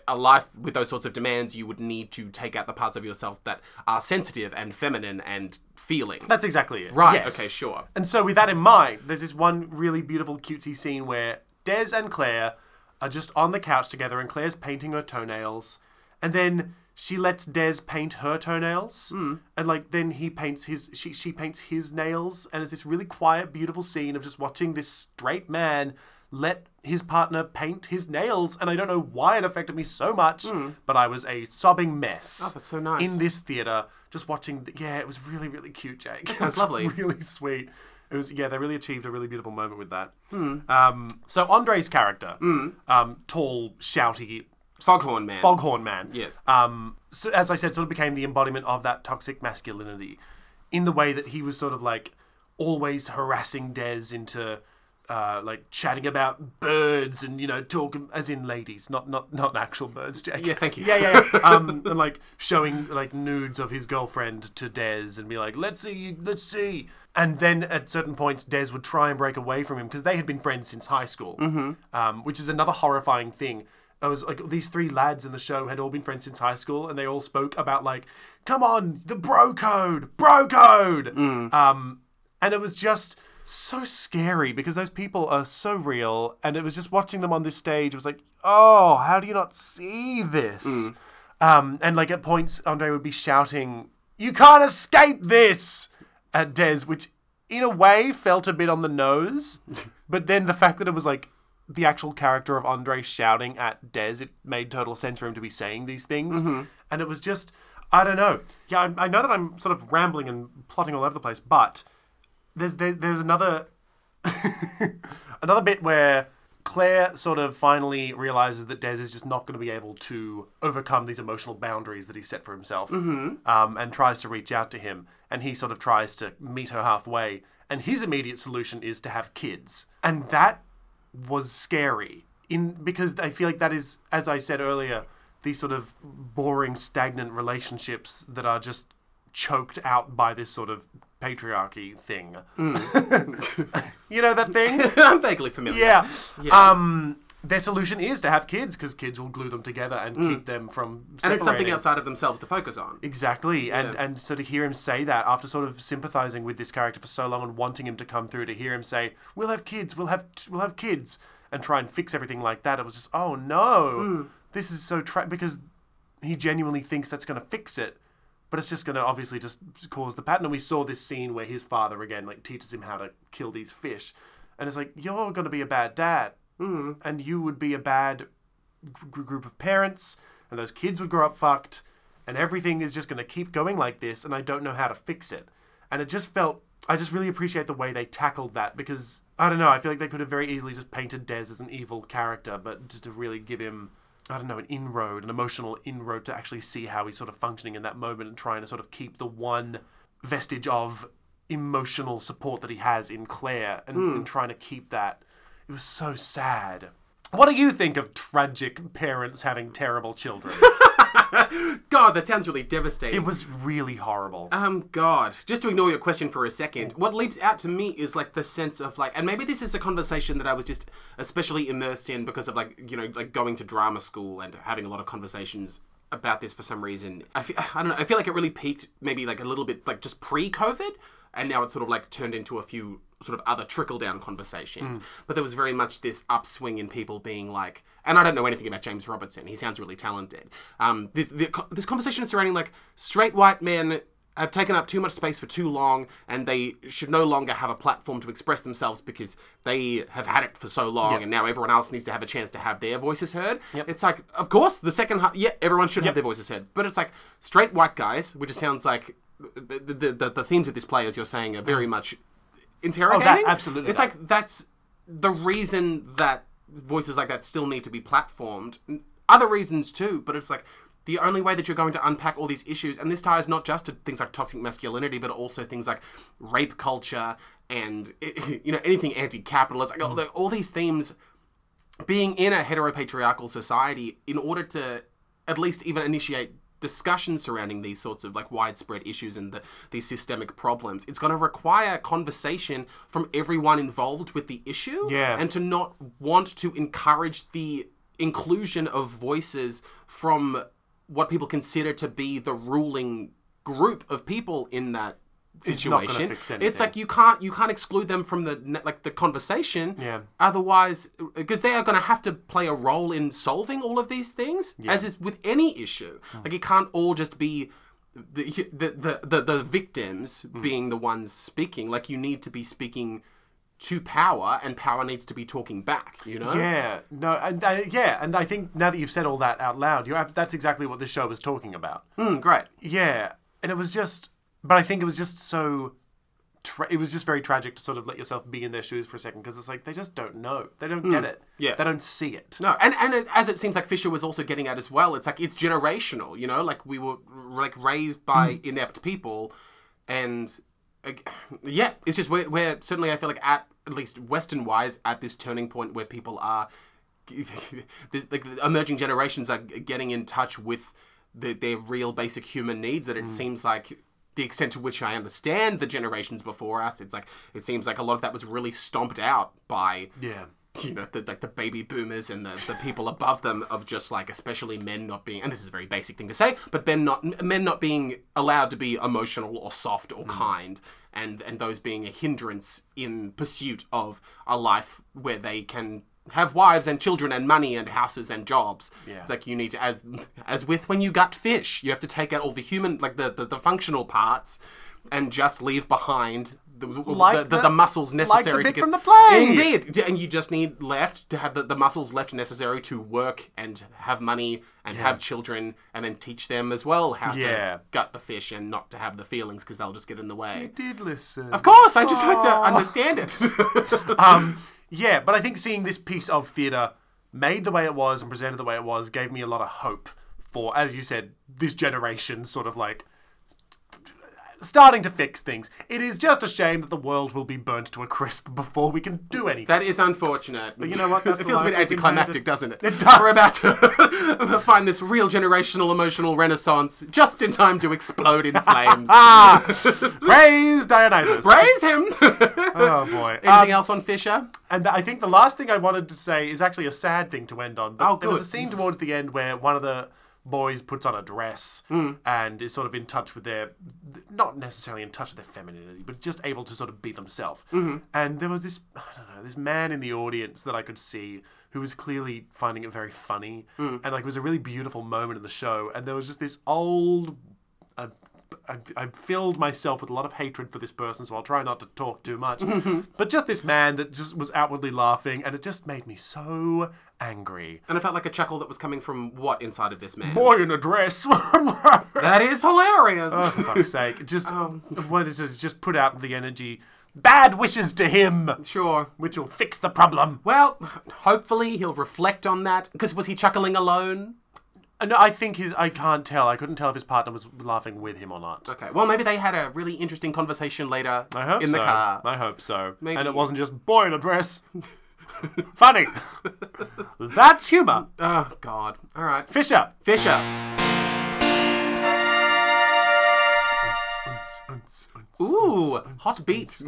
a life with those sorts of demands, you would need to take out the parts of yourself that are sensitive and feminine and feeling.
That's exactly it.
Right,
Yes.
okay, sure.
And so, with that in mind, there's this one really beautiful, cutesy scene where Des and Claire are just on the couch together, and Claire's painting her toenails, and then she lets Des paint her toenails,
Hmm.
and like then he paints his, she she paints his nails, and it's this really quiet, beautiful scene of just watching this straight man let his partner paint his nails, and I don't know why it affected me so much, but I was a sobbing mess.
Hmm. Oh, that's so nice.
In this theater, just watching. The, yeah, it was really, really cute, Jake. That
sounds lovely.
Really sweet. It was yeah. They really achieved a really beautiful moment with that.
Hmm.
Um, so Andre's character, um, tall, shouty,
Foghorn man.
foghorn man.
Yes.
Um, so as I said, sort of became the embodiment of that toxic masculinity, in the way that he was sort of like always harassing Des into. Uh, like chatting about birds and you know talking as in ladies, not not not actual birds, Jake.
Yeah, thank you.
Yeah, yeah, yeah. um, and like showing like nudes of his girlfriend to Des and be like, "Let's see, let's see." And then at certain points, Des would try and break away from him because they had been friends since high school, um, which is another horrifying thing. I was like, these three lads in the show had all been friends since high school, and they all spoke about like, "Come on, the bro code, bro code," um, and it was just. So scary because those people are so real, and it was just watching them on this stage. It was like, oh, how do you not see this? Um, and like at points, Andre would be shouting, "You can't escape this!" at Des, which in a way felt a bit on the nose, but then the fact that it was like the actual character of Andre shouting at Des, it made total sense for him to be saying these things, and it was just. I don't know. Yeah, I, I know that I'm sort of rambling and plotting all over the place, but there's there, there's another another bit where Claire sort of finally realizes that Des is just not going to be able to overcome these emotional boundaries that he set for himself, um, and tries to reach out to him, and he sort of tries to meet her halfway, and his immediate solution is to have kids, and that was scary in because I feel like that is, as I said earlier, these sort of boring, stagnant relationships that are just choked out by this sort of patriarchy thing. you know that thing?
I'm vaguely familiar.
Yeah.
Mm. Yeah.
Um, their solution is to have kids because kids will glue them together and keep them from. Separating.
Mm. And it's something outside of themselves to focus on.
Exactly, and and so to hear him say that after sort of sympathizing with this character for so long and wanting him to come through, to hear him say, "We'll have kids, we'll have we'll have kids," and try and fix everything like that, it was just, oh no, this is so tra because he genuinely thinks that's going to fix it, but it's just going to obviously just cause the pattern. And we saw this scene where his father again like teaches him how to kill these fish, and it's like you're going to be a bad dad, mm. and you would be a bad gr- group of parents, and those kids would grow up fucked, and everything is just going to keep going like this, and I don't know how to fix it. And it just felt, I just really appreciate the way they tackled that because I don't know, I feel like they could have very easily just painted Dez as an evil character, but to, to really give him, I don't know, an inroad, an emotional inroad to actually see how he's sort of functioning in that moment and trying to sort of keep the one vestige of emotional support that he has in Claire and, and trying to keep that. It was so sad. What do you think of tragic parents having terrible children?
God, that sounds really devastating.
it was really horrible.
um, God, just to ignore your question for a second, what leaps out to me is like the sense of like, and maybe this is a conversation that I was just especially immersed in because of like, you know, like going to drama school and having a lot of conversations about this for some reason. I feel, I don't know, I feel like it really peaked maybe like a little bit like just pre COVID. and now it's sort of like turned into a few sort of other trickle down conversations. But there was very much this upswing in people being like, and I don't know anything about James Robertson. He sounds really talented. Um, this the, co- this conversation surrounding like straight white men have taken up too much space for too long and they should no longer have a platform to express themselves because they have had it for so long and now everyone else needs to have a chance to have their voices heard. It's like, of course, the second half, yeah, everyone should have their voices heard. But it's like straight white guys, which it sounds like the, the, the, the themes of this play, as you're saying, are very much interrogating.
absolutely
It's
that.
like that's the reason that voices like that still need to be platformed. Other reasons too, but it's like the only way that you're going to unpack all these issues, and this ties not just to things like toxic masculinity, but also things like rape culture and you know anything anti-capitalist, like, all- like, all these themes being in a heteropatriarchal society in order to at least even initiate discussions surrounding these sorts of like widespread issues and the, these systemic problems it's going to require conversation from everyone involved with the issue
Yeah.
and to not want to encourage the inclusion of voices from what people consider to be the ruling group of people in that
not gonna
situation
fix
it's like
anything.
like you can't you can't exclude them from the ne- like the conversation.
Yeah.
Otherwise, because they are going to have to play a role in solving all of these things, as is with any issue. Like it can't all just be the the the, the, the victims being the ones speaking. Like you need to be speaking to power, and power needs to be talking back. You know.
Yeah, no, and uh, yeah, and I think now that you've said all that out loud, you're ab- that's exactly what this show was talking about.
Mm, great.
Yeah, and it was just, but I think it was just so, tra- it was just very tragic to sort of let yourself be in their shoes for a second because it's like they just don't know, they don't get it,
yeah.
they don't see it.
No, and and it, as it seems like Fisher was also getting at as well, it's like it's generational, you know, like we were like raised by inept people, and uh, yeah, it's just we're, we're certainly I feel like at at least Western wise at this turning point where people are, this, like the emerging generations are getting in touch with the, their real basic human needs that it seems like. The extent to which I understand the generations before us, it's like it seems like a lot of that was really stomped out by
Yeah,
you know, the, like the baby boomers and the, the people above them of just like, especially men not being, and this is a very basic thing to say, but men not men not being allowed to be emotional or soft
Hmm.
or kind, and and those being a hindrance in pursuit of a life where they can have wives and children and money and houses and jobs. It's like you need to as as with when you gut fish, you have to take out all the human like the the, the functional parts, and just leave behind. The,
Like
the, the,
the-
muscles necessary
bit
to get
from the play!
Indeed, it- and you just need left to have the, the muscles left necessary to work and have money and have children and then teach them as well how
Yeah.
to gut the fish and not to have the feelings because they'll just get in the way.
did listen.
Of course, I just had to understand it.
um, yeah, but I think seeing this piece of theatre made the way it was and presented the way it was gave me a lot of hope for, as you said, this generation sort of like starting to fix things. It is just a shame that the world will be burnt to a crisp before we can do anything.
that is unfortunate. But
you know what? That's
it
the
feels a
life
bit
we've been
anticlimactic, doesn't it? It
does.
We're about to find this real generational emotional renaissance just in time to explode in flames.
Ah, praise Dionysus.
Praise him!
Oh boy. Um,
Anything else on Fisher?
and I think the last thing I wanted to say is actually a sad thing to end on. But
Oh,
there was
good.
a scene towards the end where one of the boys puts on a dress and is sort of in touch with their, not necessarily in touch with their femininity, but just able to sort of be themselves. And there was this, I don't know, this man in the audience that I could see who was clearly finding it very funny, and like it was a really beautiful moment in the show. And there was just this old. I, I, I filled myself with a lot of hatred for this person, so I'll try not to talk too much. but just this man that just was outwardly laughing, and it just made me so angry.
And I felt like a chuckle that was coming from what inside of this man?
Boy in a dress.
That is hilarious.
for fuck's sake. Just
Um,
wanted to just put out the energy. Bad wishes to him,
sure.
which will fix the problem.
Well, hopefully he'll reflect on that. Because was he chuckling alone?
Uh, No, I think his. I can't tell. I couldn't tell if his partner was laughing with him or not.
Okay. Well, maybe they had a really interesting conversation later
I hope
in the
so.
car.
I hope so. And
Maybe-
it wasn't just boy in a dress. Funny. That's humor.
Oh God. All right.
Fisher.
Fisher. Ooh, hot beats.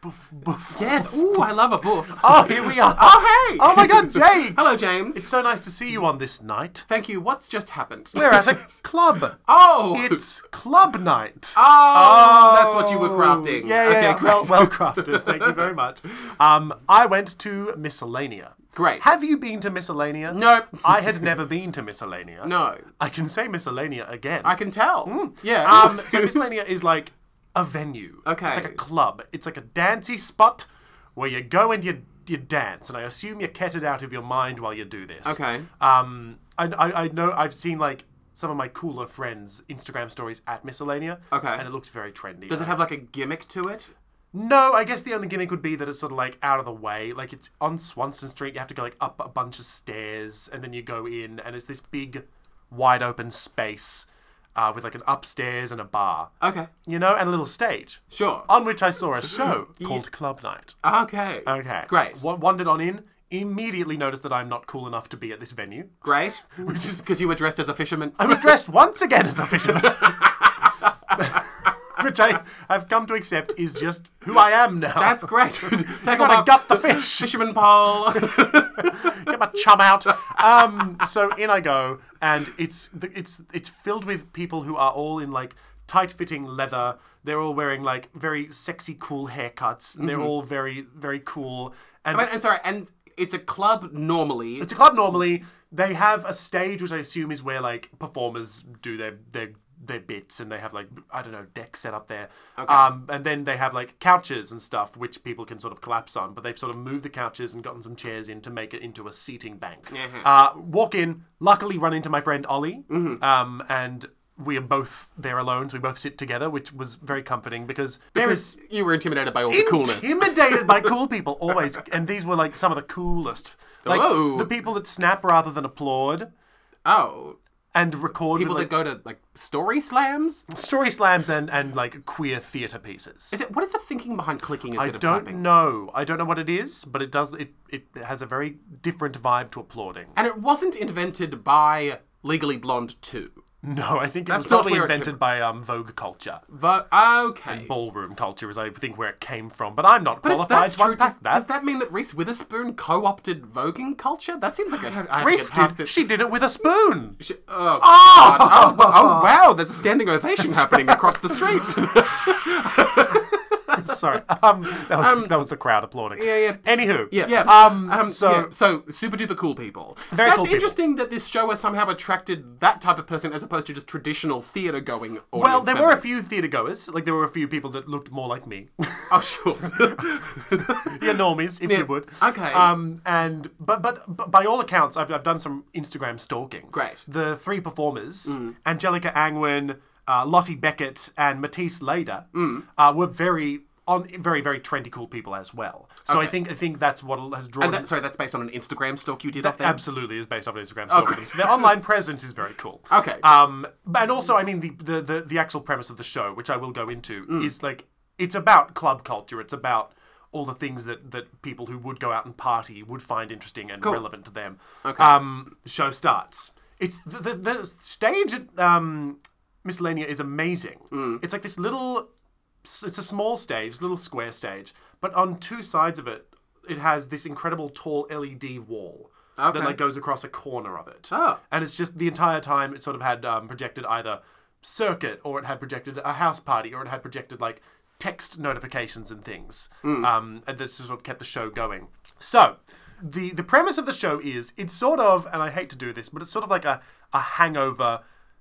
Boof, boof.
Yes. Ooh, I love a boof.
Oh, here we are.
Oh, hey.
Oh my God, Jake!
Hello, James.
It's so nice to see you on this night.
Thank you. What's just happened?
We're at a club.
Oh.
It's club night.
Oh, that's what you were crafting.
Yeah, yeah,
okay,
yeah.
Great.
Well, well crafted. Thank you very much. Um, I went to Miscellanea.
Great.
Have you been to Miscellanea?
Nope.
I had never been to Miscellanea.
No.
I can say Miscellanea again.
I can tell. Yeah.
um, so Miscellanea is like a venue.
Okay.
It's like a club. It's like a dancey spot where you go and you you dance, and I assume you're ketted out of your mind while you do this.
Okay.
Um, I, I, I know I've seen like some of my cooler friends' Instagram stories at Miscellanea.
Okay.
And it looks very trendy.
Does it have like a gimmick to it?
No, I guess the only gimmick would be that it's sort of like out of the way. Like it's on Swanson Street, you have to go like up a bunch of stairs and then you go in and it's this big wide open space uh, with like an upstairs and a bar. Uh,
Okay.
You know, and a little stage.
Sure.
On which I saw a show called Club Night.
Okay.
Okay.
Great.
W- wandered on in, immediately noticed that I'm not cool enough to be at this venue.
Great. Which is because you were dressed as a fisherman.
I was dressed once again as a fisherman. Which I have come to accept is just who I am now.
That's great. Take
gotta
a
gut the fish.
Fisherman pole.
get my chum out. Um, so in I go, and it's the- it's it's filled with people who are all in like tight-fitting leather. They're all wearing like very sexy, cool haircuts. And they're all very very cool. And
Wait, I'm sorry. And it's a club normally.
it's a club normally. They have a stage, which I assume is where like performers do their their their bits, and they have like I don't know decks set up there. Um, and then they have like couches and stuff, which people can sort of collapse on. But they've sort of moved the couches and gotten some chairs in to make it into a seating bank. Uh, walk in. Luckily, run into my friend Ollie. Um, and. We are both there alone, so we both sit together, which was very comforting because, there is
you were intimidated by all the coolness.
intimidated by cool people always, and these were like some of the coolest. Like
Hello.
the people that snap rather than applaud
oh.
and record
People
with,
that go to like story slams.
like, story slams and and like queer theater pieces.
Is it what is the thinking behind clicking
I
instead of
don't
typing?
know. I don't know what it is, but it does. It it has a very different vibe to applauding.
And it wasn't invented by Legally Blonde 2.
No, I think it was
not
probably
where it came
invented by um, Vogue culture,
But okay.
ballroom culture, is I think where it came from. But I'm not
But if
qualified
that's
to
true,
unpack
does,
that.
does that mean that Reese Witherspoon co-opted voguing culture? That seems like a I have to
Reese
get past
did-
this.
she did it with a spoon.
Sh- Oh, God. oh, wa- oh, wow! There's a standing ovation happening across the street.
Sorry, um, that was that was the crowd applauding.
Yeah, yeah.
Anywho,
yeah,
Um, so
yeah, so super duper cool people.
Very
That's
cool people.
interesting that this show has somehow attracted that type of person as opposed to just traditional theatre going.
Well, there were a few theatre goers. Like there were a few people that looked more like me,
Oh, sure.
yeah, normies, if you would.
Okay.
Um, and but, but but by all accounts, I've I've done some Instagram stalking.
Great. Mm.
The three performers, Angelica Angwin, uh, Lottie Beckett, and Matisse Lader,
Mm.
uh, were very on very very trendy cool people as well. So I think I think that's what has drawn.
And that, sorry, that's based on an Instagram stalk you did of them.
Absolutely, is based off an Instagram story.
Oh, great. Oh,
So their online presence is very cool.
Okay.
Um, but- and also, I mean, the, the the the actual premise of the show, which I will go into,
Mm.
is like it's about club culture. It's about all the things that that people who would go out and party would find interesting and relevant to them. Okay. Um, the show starts. It's the the, the stage at um, Miscellanea is amazing.
Mm.
It's like this little s- it's a small stage, little square stage, but on two sides of it, it has this incredible tall LED wall
Okay.
that like goes across a corner of it.
Oh.
And it's just the entire time it sort of had um, projected either circuit or it had projected a house party or it had projected like text notifications and things.
Hmm.
Um, and this sort of kept the show going. So the the premise of the show is it's sort of and I hate to do this, but it's sort of like a, a hangover.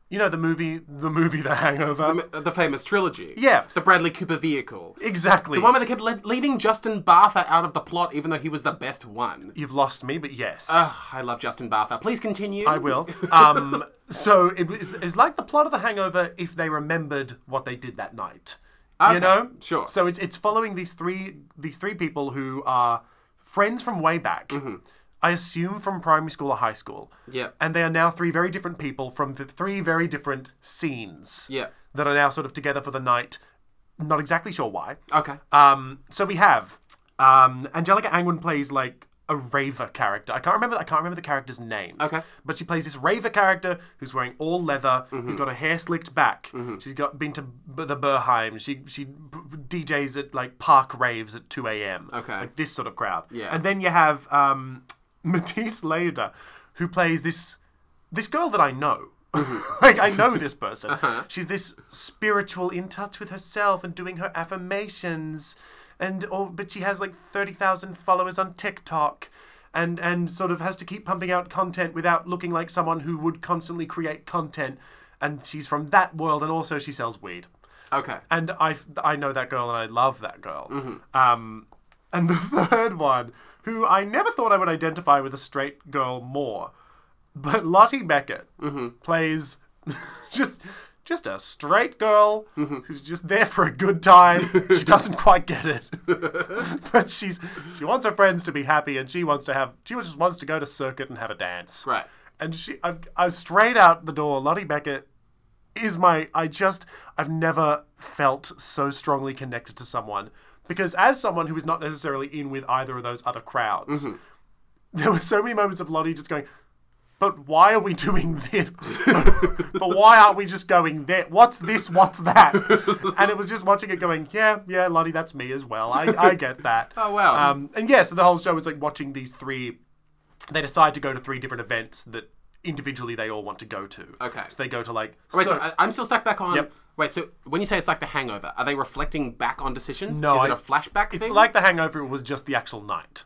You know the movie, the movie The Hangover.
Um, The famous trilogy.
Yeah.
The Bradley Cooper vehicle.
exactly.
The one where they kept le- leaving Justin Bartha out of the plot, even though he was the best one.
You've lost me, but yes.
Ugh, I love Justin Bartha. Please continue.
I will. Um, so it was, it's like the plot of The Hangover if they remembered what they did that night.
Okay,
you know,
sure.
So it's it's following these three these three people who are friends from way back. I assume from primary school or high school.
Mm-hmm. Yeah.
And they are now three very different people from the three very different scenes.
Yeah.
That are now sort of together for the night. Not exactly sure why.
Okay.
Um, so we have um, Angelica Angwin plays like a raver character. I can't remember. I can't remember the character's names.
Okay.
But she plays this raver character who's wearing all leather, who got her hair slicked back. She's got been to B- the Burheim. She she b- b- DJs at like park raves at two a.m.
Okay.
Like this sort of crowd.
Yeah.
And then you have um, Matisse Lader, who plays this this girl that I know.
Mm-hmm.
like I know this person.
Uh-huh.
She's this spiritual, in touch with herself and doing her affirmations, and or but she has like thirty thousand followers on TikTok, and and sort of has to keep pumping out content without looking like someone who would constantly create content. And she's from that world, and also she sells weed
Okay.
and I I know that girl and I love that girl. Um, and the third one, who I never thought I would identify with a straight girl more, but Lottie Beckett plays just just a straight girl who's just there for a good time. she doesn't quite get it, but she's she wants her friends to be happy and she wants to have she just wants to go to circuit and have a dance.
Right.
And she, I, I straight out the door. Lottie Beckett is my I just I've never felt so strongly connected to someone because as someone who is not necessarily in with either of those other crowds,
Mm-hmm.
there were so many moments of Lottie just going, "But why are we doing this? but why aren't we just going there? What's this? What's that?" and it was just watching it going, "Yeah, yeah, Lottie, that's me as well. I, I get that."
Oh, wow.
Um, and yeah, so the whole show was like watching these three they decide to go to three different events that individually they all want to go to.
Okay.
So they go to like.
Wait,
so-
so, uh, I, I'm still stuck back on.
Yep.
Wait, so when you say it's like the Hangover, are they reflecting back on decisions?
No,
is
I-
it a flashback
it's
thing?
like The Hangover. It was just the actual night.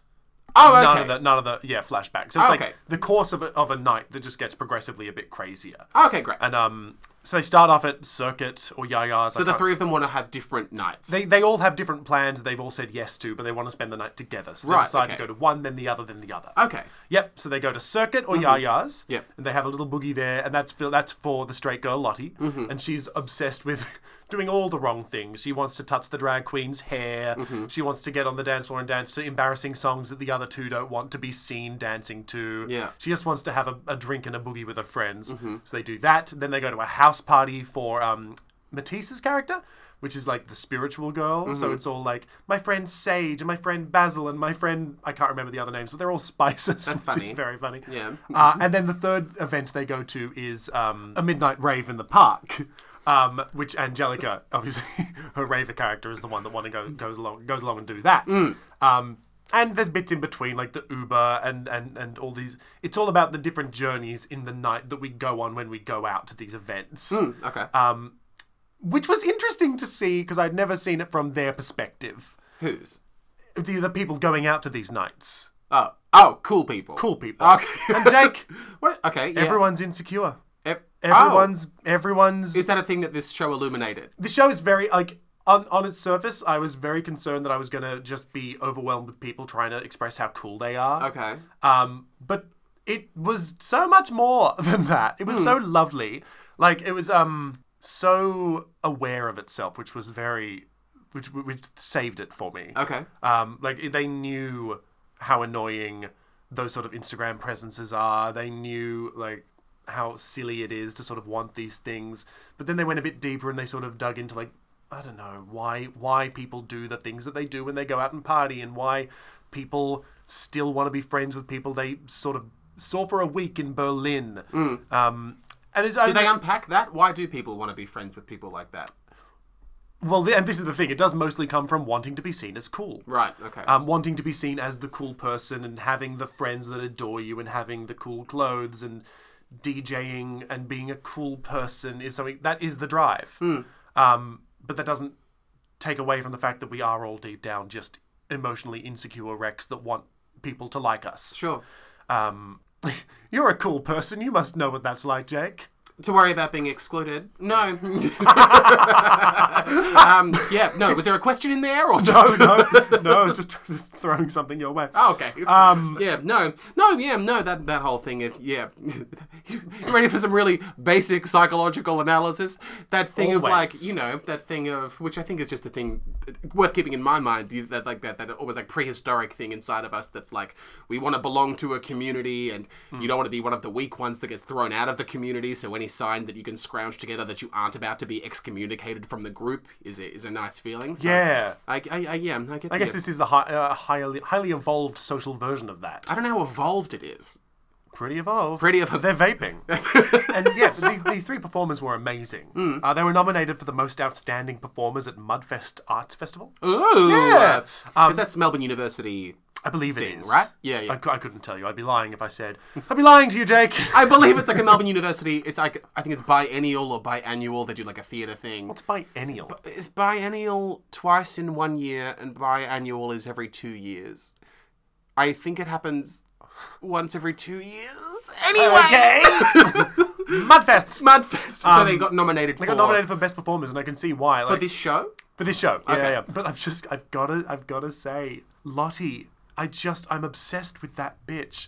oh, okay.
None of the none of the yeah flashbacks. So it's
Okay.
like the course of a, of a night that just gets progressively a bit crazier.
okay, great.
And um, so they start off at Circuit or Yaya's.
so the three of them want to have different nights.
They, they all have different plans they've all said yes to, but they want to spend the night together. So they
Right,
decide
okay.
to go to one, then the other, then the other.
okay.
Yep. So they go to Circuit or Yaya's.
Mm-hmm. Yep.
And they have a little boogie there, and that's for, that's for the straight girl Lottie,
Mm-hmm.
and she's obsessed with doing all the wrong things. She wants to touch the drag queen's hair.
Mm-hmm.
She wants to get on the dance floor and dance to embarrassing songs that the other two don't want to be seen dancing to.
Yeah. Mm-hmm.
She just wants to have a, a drink and a boogie with her friends. So they do that. Then they go to a house party for um, Matisse's character, which is like the spiritual girl.
Mm-hmm.
So it's all like my friend Sage and my friend Basil and my friend I can't remember the other names, but they're all spices, That's which
funny.
is very funny.
Yeah.
Uh, and then the third event they go to is um, a midnight rave in the park. Um, which Angelica, obviously, her raver character is the one that one go, goes along goes along and do that.
Mm.
Um, and there's bits in between, like the Uber and, and and all these. It's all about the different journeys in the night that we go on when we go out to these events,
Hmm, Okay.
Uh, which was interesting to see because I'd never seen it from their perspective.
Who's?
The, the people going out to these nights,
Oh, oh, cool people.
cool people.
Okay.
And Jake,
What? Okay. Yeah.
everyone's insecure.
Ev-
Everyone's everyone's.
Oh, is that a thing that this show illuminated?
the show is very like on on its surface. I was very concerned that I was gonna just be overwhelmed with people trying to express how cool they are.
Okay.
Um, but it was so much more than that. It was so
Hmm.
lovely. Like it was um so aware of itself, which was very, which which saved it for me.
Okay.
Um, like they knew how annoying those sort of Instagram presences are. They knew like how silly it is to sort of want these things. But then they went a bit deeper and they sort of dug into like I don't know why why people do the things that they do when they go out and party and why people still want to be friends with people they sort of saw for a week in Berlin. Um, and it's,
Did they unpack that? Why do people want to be friends with people like that?
well, th- and this is the thing. It does mostly come from wanting to be seen as cool.
Right. Okay.
um, wanting to be seen as the cool person and having the friends that adore you and having the cool clothes and DJing and being a cool person is something that is the drive.
Hmm.
Um, but that doesn't take away from the fact that we are all deep down just emotionally insecure wrecks that want people to like us.
sure.
Um, you're a cool person. You must know what that's like, Jake.
To worry about being excluded? No. um, yeah. No. Was there a question in there or
No, no, no. It's just, just throwing something your way.
Oh, okay. Um, yeah, no, no, yeah, no. That that whole thing of yeah, you ready for some really basic psychological analysis? That thing of like
Always.
you know that thing of which I think is just a thing uh, worth keeping in my mind. you- That like that that almost like prehistoric thing inside of us. That's like we want to belong to a community, and you don't want to be one of the weak ones that gets thrown out of the community. So any sign that you can scrounge together that you aren't about to be excommunicated from the group is a, is a nice feeling. So
Yeah.
I, I, I yeah, I get.
I guess this is the hi- uh, highly highly evolved social version of that.
I don't know how evolved it is.
Pretty evolved.
Pretty evolved.
They're vaping. and yeah, but these, these three performers were amazing.
Hmm.
Uh, they were nominated for the most outstanding performers at Mudfest Arts Festival.
Ooh,
Yeah. Um,
'Cause that's Melbourne University.
I believe it is.
right? Yeah, yeah.
I, cou- I couldn't tell you. I'd be lying if I said. I'd be lying to you, Jake.
I believe it's like a Melbourne University. It's like I think it's biennial or biannual. They do like a theatre thing.
It's biennial.
It's biennial twice in one year, and biannual is every two years. I think it happens once every two years. Anyway,
Oh, Okay. Mudfest.
Mudfest. So they got nominated.
I got nominated for best performers, and I can see why.
for
Like,
this show.
for this show. Yeah,
Okay.
yeah, yeah. But I've just, I've gotta, I've gotta say, Lottie, I just, I'm obsessed with that bitch.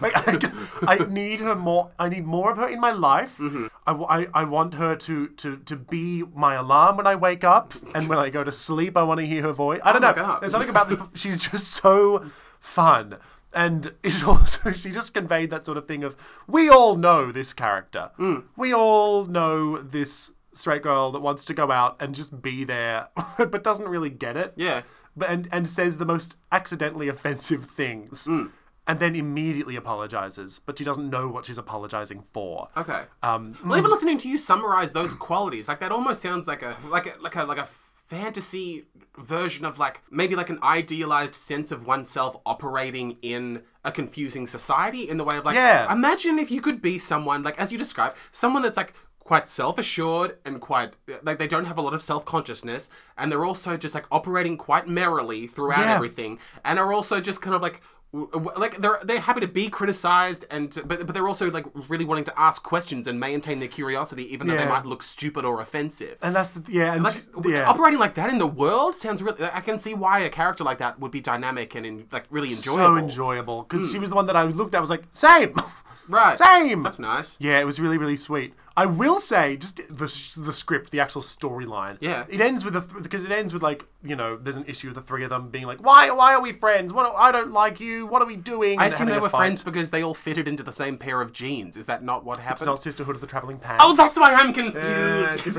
like, I, I need her more. I need more of her in my life.
Mm-hmm.
I, w- I- I want her to, to, to be my alarm when I wake up, and when I go to sleep, I want to hear her voice. I don't
Oh my
know.
God.
There's something about this. She's just so fun. And it's also, she just conveyed that sort of thing of, we all know this character.
Hmm.
We all know this straight girl that wants to go out and just be there, but doesn't really get it.
Yeah.
But, and, and says the most accidentally offensive things.
Hmm.
And then immediately apologizes, but she doesn't know what she's apologizing for.
Okay.
Um,
well, even listening to you summarize those qualities, like that almost sounds like a like a like a like a fantasy version of like maybe like an idealized sense of oneself operating in a confusing society in the way of like
Yeah.
imagine if you could be someone like as you described someone that's like quite self-assured and quite like they don't have a lot of self-consciousness and they're also just like operating quite merrily throughout
Yeah.
everything and are also just kind of like w- w- like they're they're happy to be criticized and to- but but they're also like really wanting to ask questions and maintain their curiosity even though they
Yeah.
might look stupid or offensive.
And that's the, yeah, and
Like,
she-
w-
yeah.
Operating like that in the world sounds really. I can see why a character like that would be dynamic and in, like really enjoyable.
so enjoyable because she was the one that I looked at was like same,
Hmm. Right.
same.
That's nice.
yeah, it was really really sweet. I will say just the s- the script, the actual storyline.
Yeah.
it ends with a th- because it ends with like you know there's an issue with the three of them being like why why are we friends? What I don't like you. What are we doing?
I assume they were friends because they all fitted into the same pair of jeans. Is that not what happened?
Not Sisterhood of the Traveling Pants.
oh, that's why I'm confused.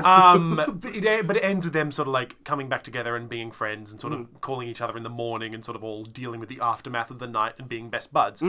um, but it, but it ends with them sort of like coming back together and being friends and sort of calling each other in the morning and sort of all dealing with the aftermath of the night and being best buds.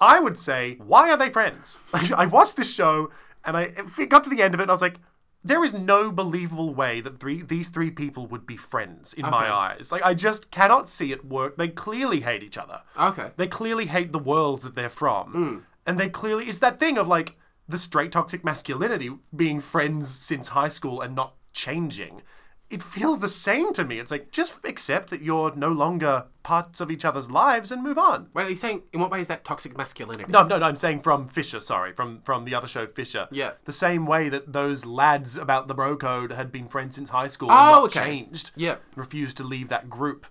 I would say, why are they friends? I watched this show and I it got to the end of it and I was like, there is no believable way that three these three people would be friends in my eyes. Like I just cannot see it work. They clearly hate each other.
okay.
They clearly hate the world that they're from. And they clearly it's that thing of like the straight toxic masculinity being friends since high school and not changing. It feels the same to me. It's like just accept that you're no longer parts of each other's lives and move on.
Wait, are you saying in what way is that toxic masculinity?
No, no, no. I'm saying from Fisher. Sorry, from from the other show Fisher.
Yeah.
The same way that those lads about the bro code had been friends since high school
Oh,
and not
okay.
changed.
Yeah. Mm.
Refused to leave that group.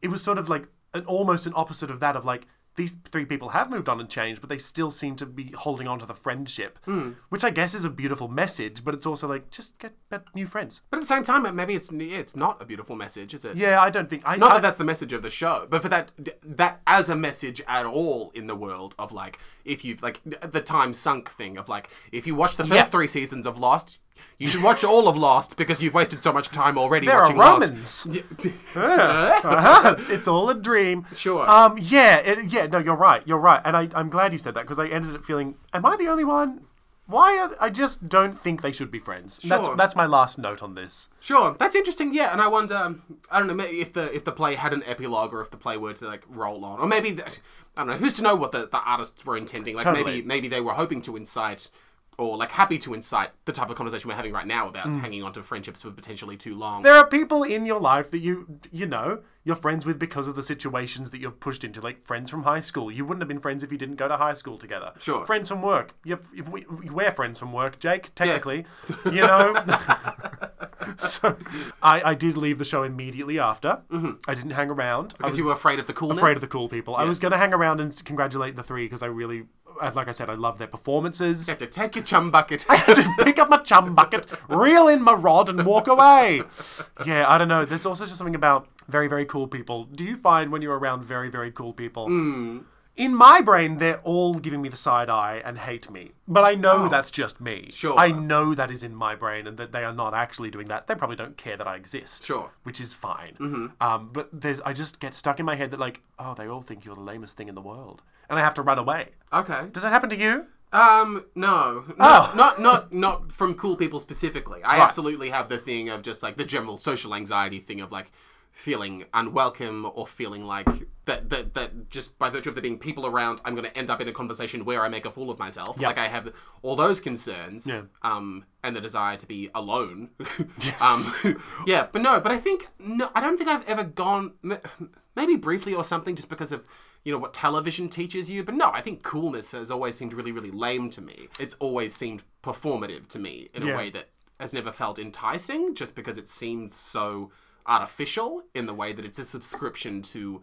It was sort of like an, almost an opposite of that of like these three people have moved on and changed, but they still seem to be holding on to the friendship,
Hmm.
which I guess is a beautiful message. But it's also like just get bet- new friends.
But at the same time, maybe it's yeah, it's not a beautiful message, is it?
Yeah, I don't think I.
Not
I-
that that's the message of the show, but for that that as a message at all in the world of like if you've like the time sunk thing of like if you watch the first
Yeah.
three seasons of Lost, you should watch all of Lost because you've wasted so much time already
there are
watching
Romans.
Lost.
Uh-huh. it's all a dream.
Sure.
Um. Yeah. It, yeah. No, you're right. You're right. And I, I'm glad you said that because I ended up feeling, am I the only one? Why? Are, I just don't think they should be friends. That's
Sure.
that's my last note on this.
Sure, that's interesting. Yeah, and I wonder. um, I don't know maybe if the if the play had an epilogue or if the play were to like roll on, or maybe the, I don't know. Who's to know what the, the artists were intending? Like
Totally.
maybe maybe they were hoping to incite, or like happy to incite the type of conversation we're having right now about hanging on to friendships for potentially too long.
Mm. There are people in your life that you you know you're friends with because of the situations that you're pushed into, like friends from high school. You wouldn't have been friends if you didn't go to high school together.
Sure.
Friends from work. You're, we, we're friends from work, Jake. Technically, you know. so, I, I did leave the show immediately after. I didn't hang around. I
because
was
you were afraid of the coolness.
afraid of the cool people. I was going to hang around and s- congratulate the three because I really, as- like I said, I love their performances.
You have to take your chum bucket.
to pick up my chum bucket, reel in my rod, and walk away. Yeah, I don't know.
Hmm.
There's also just something about very, very cool people. Do you find when you're around very, very cool people, in my brain, they're all giving me the side eye and hate me. But I know that's just me.
Oh. Sure.
I know that is in my brain and that they are not actually doing that. They probably don't care that I exist.
Sure. Mm-hmm.
Which is fine. Um, but there's, I just get stuck in my head that, like, oh, they all think you're the lamest thing in the world. And I have to run away.
Okay.
Does that happen to you?
Um, no,
Oh.
not, not not not from cool people specifically. I absolutely have the thing of just like the general social anxiety thing of like feeling unwelcome or feeling like that that that just by virtue of there being people around, I'm going to end up in a conversation where I make a fool of myself. Like I have all those concerns.
Yeah.
Um, and the desire to be alone. um, yeah, but no, but I think no, I don't think I've ever gone m- maybe briefly or something just because of you know what television teaches you. But no, I think coolness has always seemed really really lame to me. It's always seemed performative to me in
Yeah.
a way that has never felt enticing, just because it seems so artificial in the way that it's a subscription to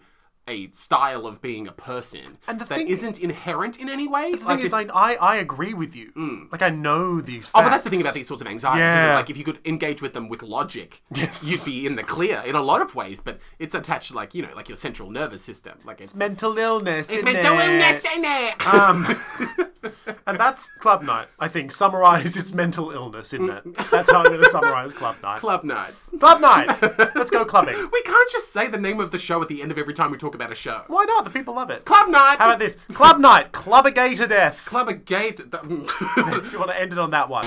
a style of being a person
And the
that
thing-
not inherent in any way.
The thing is, I, I, I agree with you. Like, I know these facts.
Hmm. Oh, but that's the thing about these sorts of anxieties. isn't it?
Yeah.
Like, if you could engage with them with logic,
Yes.
you'd be in the clear in a lot of ways. But it's attached, to, like you know, like your central nervous system. Like it's,
Mental illness.
it's
isn't
mental
it?
illness in it. Um,
And that's Club Night, I think, summarised its mental illness, isn't it? That's how I'm going to summarise Club Night.
Hmm. Club night.
Club Night! Let's go clubbing.
We can't just say the name of the show at the end of every time we talk about a show.
Why not? The people love it.
Club night.
How about this? Club Night, club a gay to death.
Club a gate. that-
If you want to end it on that one.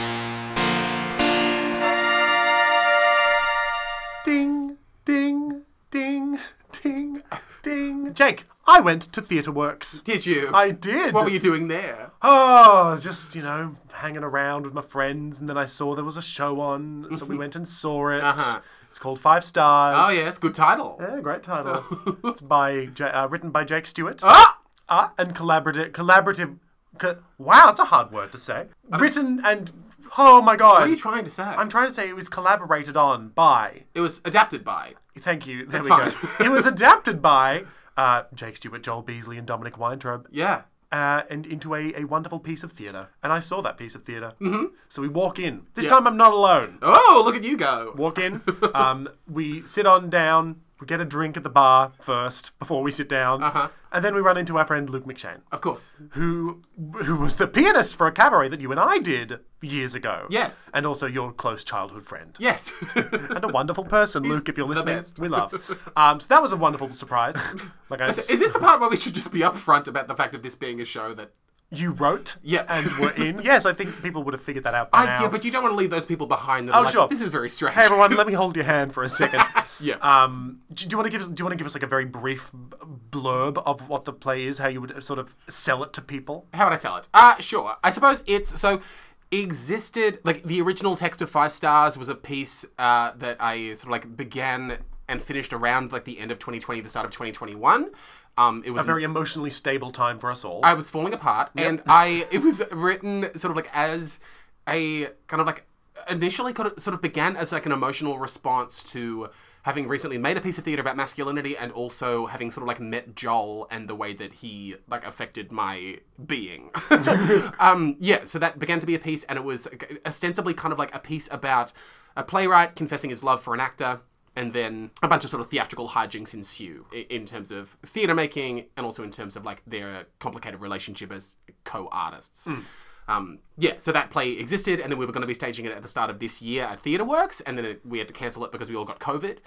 Ding, ding, ding, ding, ding. Jake, I went to Theatre Works.
Did you?
I did.
What were you doing there?
Oh, just, you know, hanging around with my friends, and then I saw there was a show on, so we went and saw it.
Mm-hmm. Uh-huh.
It's called Five Stars.
Oh yeah, that's a good title.
Yeah, great title. it's by J- uh, written by Jake Stewart.
Ah!
Uh, and collaborative, collaborative. Co- wow, it's a hard word to say. Written and oh my god,
Uh-huh. What are you trying to say?
I'm trying to say it was collaborated on by.
it was adapted by.
Thank you. There
That's
we go.
fine.
it was adapted by uh, Jake Stewart, Joel Beasley, and Dominic Weintraub.
Yeah.
Uh, and into a, a wonderful piece of theatre. And I saw that piece of theater Mm-hmm. So we walk in. This time I'm not alone.
Oh, look at you go.
Walk in. Um, we sit on down. We get a drink at the bar first before we sit down.
Uh-huh.
And then we run into our friend Luke McShane,
Of course.
who who was the pianist for a cabaret that you and I did years ago.
Yes.
And also your close childhood friend.
Yes.
And a wonderful person, Luke, if you're listening.
best.
We love. Um, so that was a wonderful surprise. Like I
Is this the part where we should just be upfront about the fact of this being a show that?
you wrote
Yeah.
and were in. Yes, I think people would have figured that out by now.
Yeah, but you don't want to leave those people behind. That are like,
Oh, sure.
This is very strange.
Hey everyone, let me hold your hand for a second.
Yeah.
Um, do, do you want to give us? Do you want to give us like a very brief b- blurb of what the play is? How you would uh, sort of sell it to people?
How would I tell it? Uh, sure. I suppose it's so existed like the original text of Five Stars was a piece uh, that I sort of like began and finished around like the end of 2020, the start of 2021. Um, it was
A very
in-
emotionally stable time for us all.
I was falling apart, and I it was written sort of like as a kind of like initially kind of- sort of began as like an emotional response to having recently made a piece of theater about masculinity and also having sort of like met Joel and the way that he like affected my being. um yeah, so that began to be a piece and it was ostensibly kind of like a piece about a playwright confessing his love for an actor and then a bunch of sort of theatrical hijinks ensue i- in terms of theatre making and also in terms of like their complicated relationship as co-artists. Um, yeah, so that play existed, and then we were going to be staging it at the start of this year at Theatre Works, and then it, we had to cancel it because we all got COVID,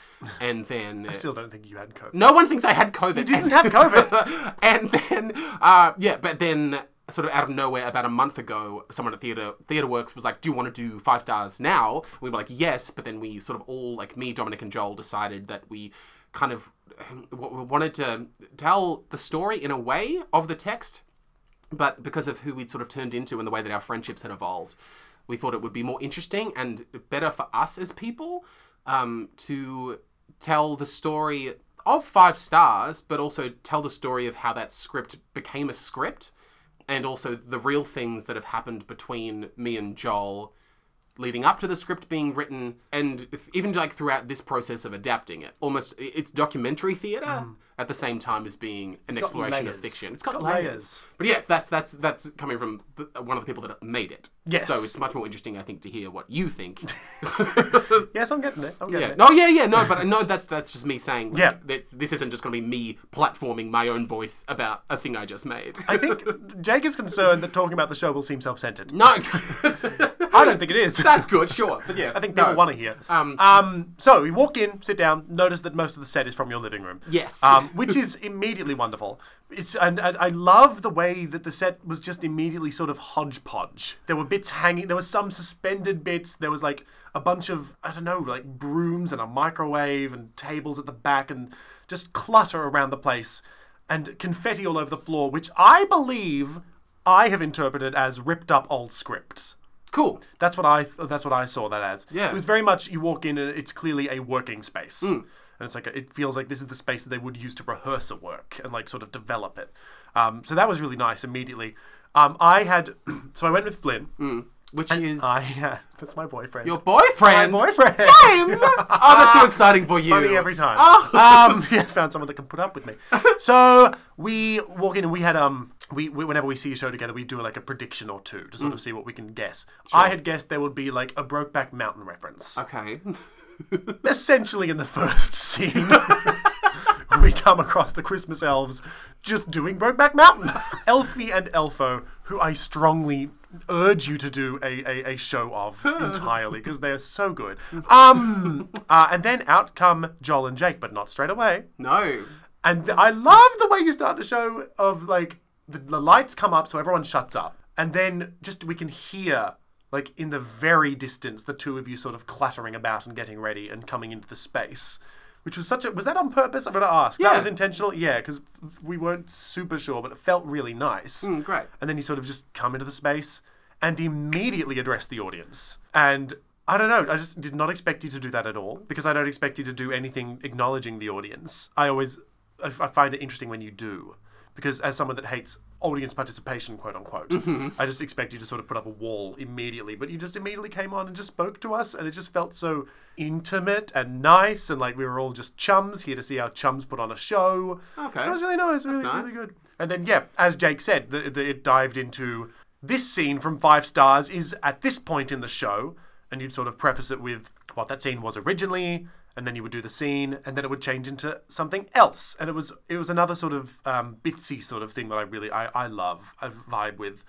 and then
Still don't think you had COVID.
no one thinks I had COVID. You
didn't have COVID.
and then, uh, yeah, but then sort of out of nowhere, about a month ago, someone at Theatre Theatre Works was like, "Do you want to do Five Stars now?" We were like, "Yes," but then we sort of all like me, Dominic, and Joel decided that we kind of um, w- wanted to tell the story in a way of the text but because of who we'd sort of turned into and the way that our friendships had evolved, we thought it would be more interesting and better for us as people um, to tell the story of Five Stars, but also tell the story of how that script became a script and also the real things that have happened between me and Joel leading up to the script being written and if- even like throughout this process of adapting it almost i- it's documentary theater at the same time as being an exploration of
Mm. layers.
fiction
It's got layers.
but yes, that's that's that's coming from the, one of the people that made it.
Yes.
So it's much more interesting, I think, to hear what you think.
Yes, I'm getting it. I'm getting
yeah.
it.
No, yeah, yeah, no, but no, that's that's just me saying. like,
Yeah.
That this isn't just going to be me platforming my own voice about a thing I just made.
I think Jake is concerned that talking about the show will seem self-centered.
no.
I don't think it is.
that's good. Sure, but yes,
I think people
no.
want to hear.
Um,
Um, so we walk in, sit down, notice that most of the set is from your living room.
Yes.
Um, which is immediately wonderful. It's and, and I love the way that the set was just immediately sort of hodgepodge. There were bits hanging. There was some suspended bits. There was like a bunch of I don't know, like brooms and a microwave and tables at the back and just clutter around the place and confetti all over the floor, which I believe I have interpreted as ripped up old scripts.
cool.
That's what I that's what I saw that as.
Yeah. Mm.
it was very much you walk in and it's clearly a working space, and it's like it feels like this is the space that they would use to rehearse a work and like sort of develop it. Um, so that was really nice. Immediately, um, I had so I went with Flynn.
Which is
I yeah, that's my boyfriend.
Mm. your boyfriend,
My boyfriend.
James. Ah. oh, that's so exciting for you.
funny every time. Um, yeah, found someone that can put up with me. So we walk in and we had um we, we whenever we see a show together, we do like a prediction or two
Mm.
to sort of see what we can guess. I had guessed there would be like a Brokeback Mountain reference,
Okay.
essentially in the first scene. We come across the Christmas elves just doing Brokeback Mountain. Elfie and Elfo, who I strongly urge you to do a, a, a show of entirely because they are so good. Um, uh, and then out come Joel and Jake, but not straight away.
No.
And th- I love the way you start the show of like the, the lights come up, so everyone shuts up, and then just we can hear like in the very distance the two of you sort of clattering about and getting ready and coming into the space. Which was such a was that on purpose? I'm gonna ask. That
Yeah.
was intentional. Yeah, because we weren't super sure, but it felt really nice.
Mm, Great.
And then you sort of just come into the space and immediately address the audience. And I don't know, I just did not expect you to do that at all because I don't expect you to do anything acknowledging the audience. I always I I find it interesting when you do because as someone that hates audience participation quote unquote i just expect you to sort of put up a wall immediately but you just immediately came on and just spoke to us and it just felt so intimate and nice and like we were all just chums here to see our chums put on a show
Okay.
it was really nice really, really
nice.
good good. And then, yeah, as Jake said, the, the, it dived into this scene from Five Stars is at this point in the show, and you'd sort of preface it with what that scene was originally, and then you would do the scene, and then it would change into something else. And it was it was another sort of um, bitsy sort of thing that I really I, I love I vibe with.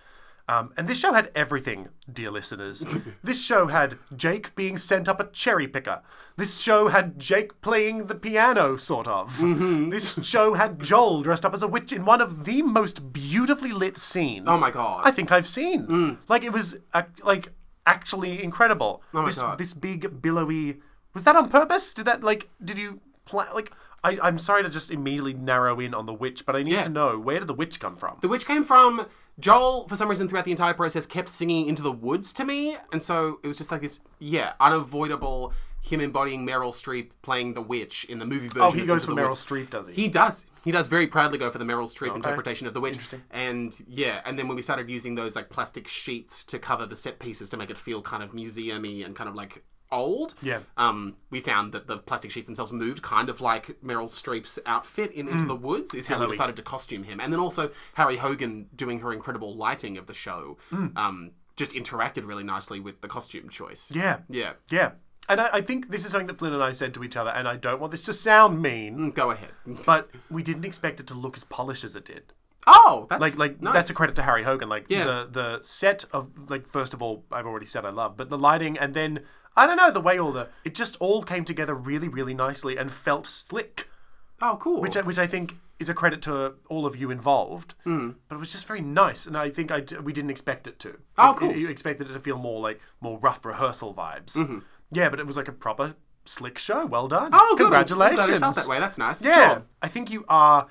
Um, and this show had everything, dear listeners. this show had Jake being sent up a cherry picker. This show had Jake playing the piano, sort of.
Mm-hmm.
This show had Joel dressed up as a witch in one of the most beautifully lit scenes.
Oh my God. Mm.
I think I've seen. Like it was ac like actually incredible. Oh
my
this,
God.
This big billowy. Was that on purpose? Did that like? Did you plan? Like I, I'm sorry to just immediately narrow in on the witch, but I need
Yeah.
to know where did the witch come from?
The witch came from Joel, for some reason, throughout the entire process, kept singing Into the Woods to me. And so it was just like this, yeah, unavoidable him embodying Meryl Streep playing the witch in the movie version.
Oh, he
of
goes for
Into the
Meryl
Woods.
Streep, does he?
He does. He does very proudly go for the Meryl Streep interpretation of the witch. And yeah, and then when we started using those like plastic sheets to cover the set pieces to make it feel kind of museumy and kind of like old.
Yeah.
Um, we found that the plastic sheets themselves moved kind of like Meryl Streep's outfit in
Mm.
Into the Woods is how we decided to costume him. And then also Harry Hogan doing her incredible lighting of the show.
Mm.
Um just interacted really nicely with the costume choice.
Yeah.
Yeah.
Yeah. And I, I think this is something that Flynn and I said to each other, and I don't want this to sound mean,
Go ahead.
but we didn't expect it to look as polished as it did.
Oh, that's
Like, like
nice.
that's a credit to Harry Hogan. Like
Yeah.
the the set of like first of all, I've already said I love, but the lighting, and then I don't know the way all the it just all came together really, really nicely and felt slick,
Oh, cool.
which I- which I think is a credit to all of you involved.
Hmm.
But it was just very nice, and I think I d- we didn't expect it to.
Oh,
It-
cool.
it- you expected it to feel more like more rough rehearsal vibes. Yeah, but it was like a proper slick show. Well done.
Mm-hmm. Oh, good. I'm glad
congratulations.
it felt that way. That's nice.
Yeah,
Sure.
I think you are.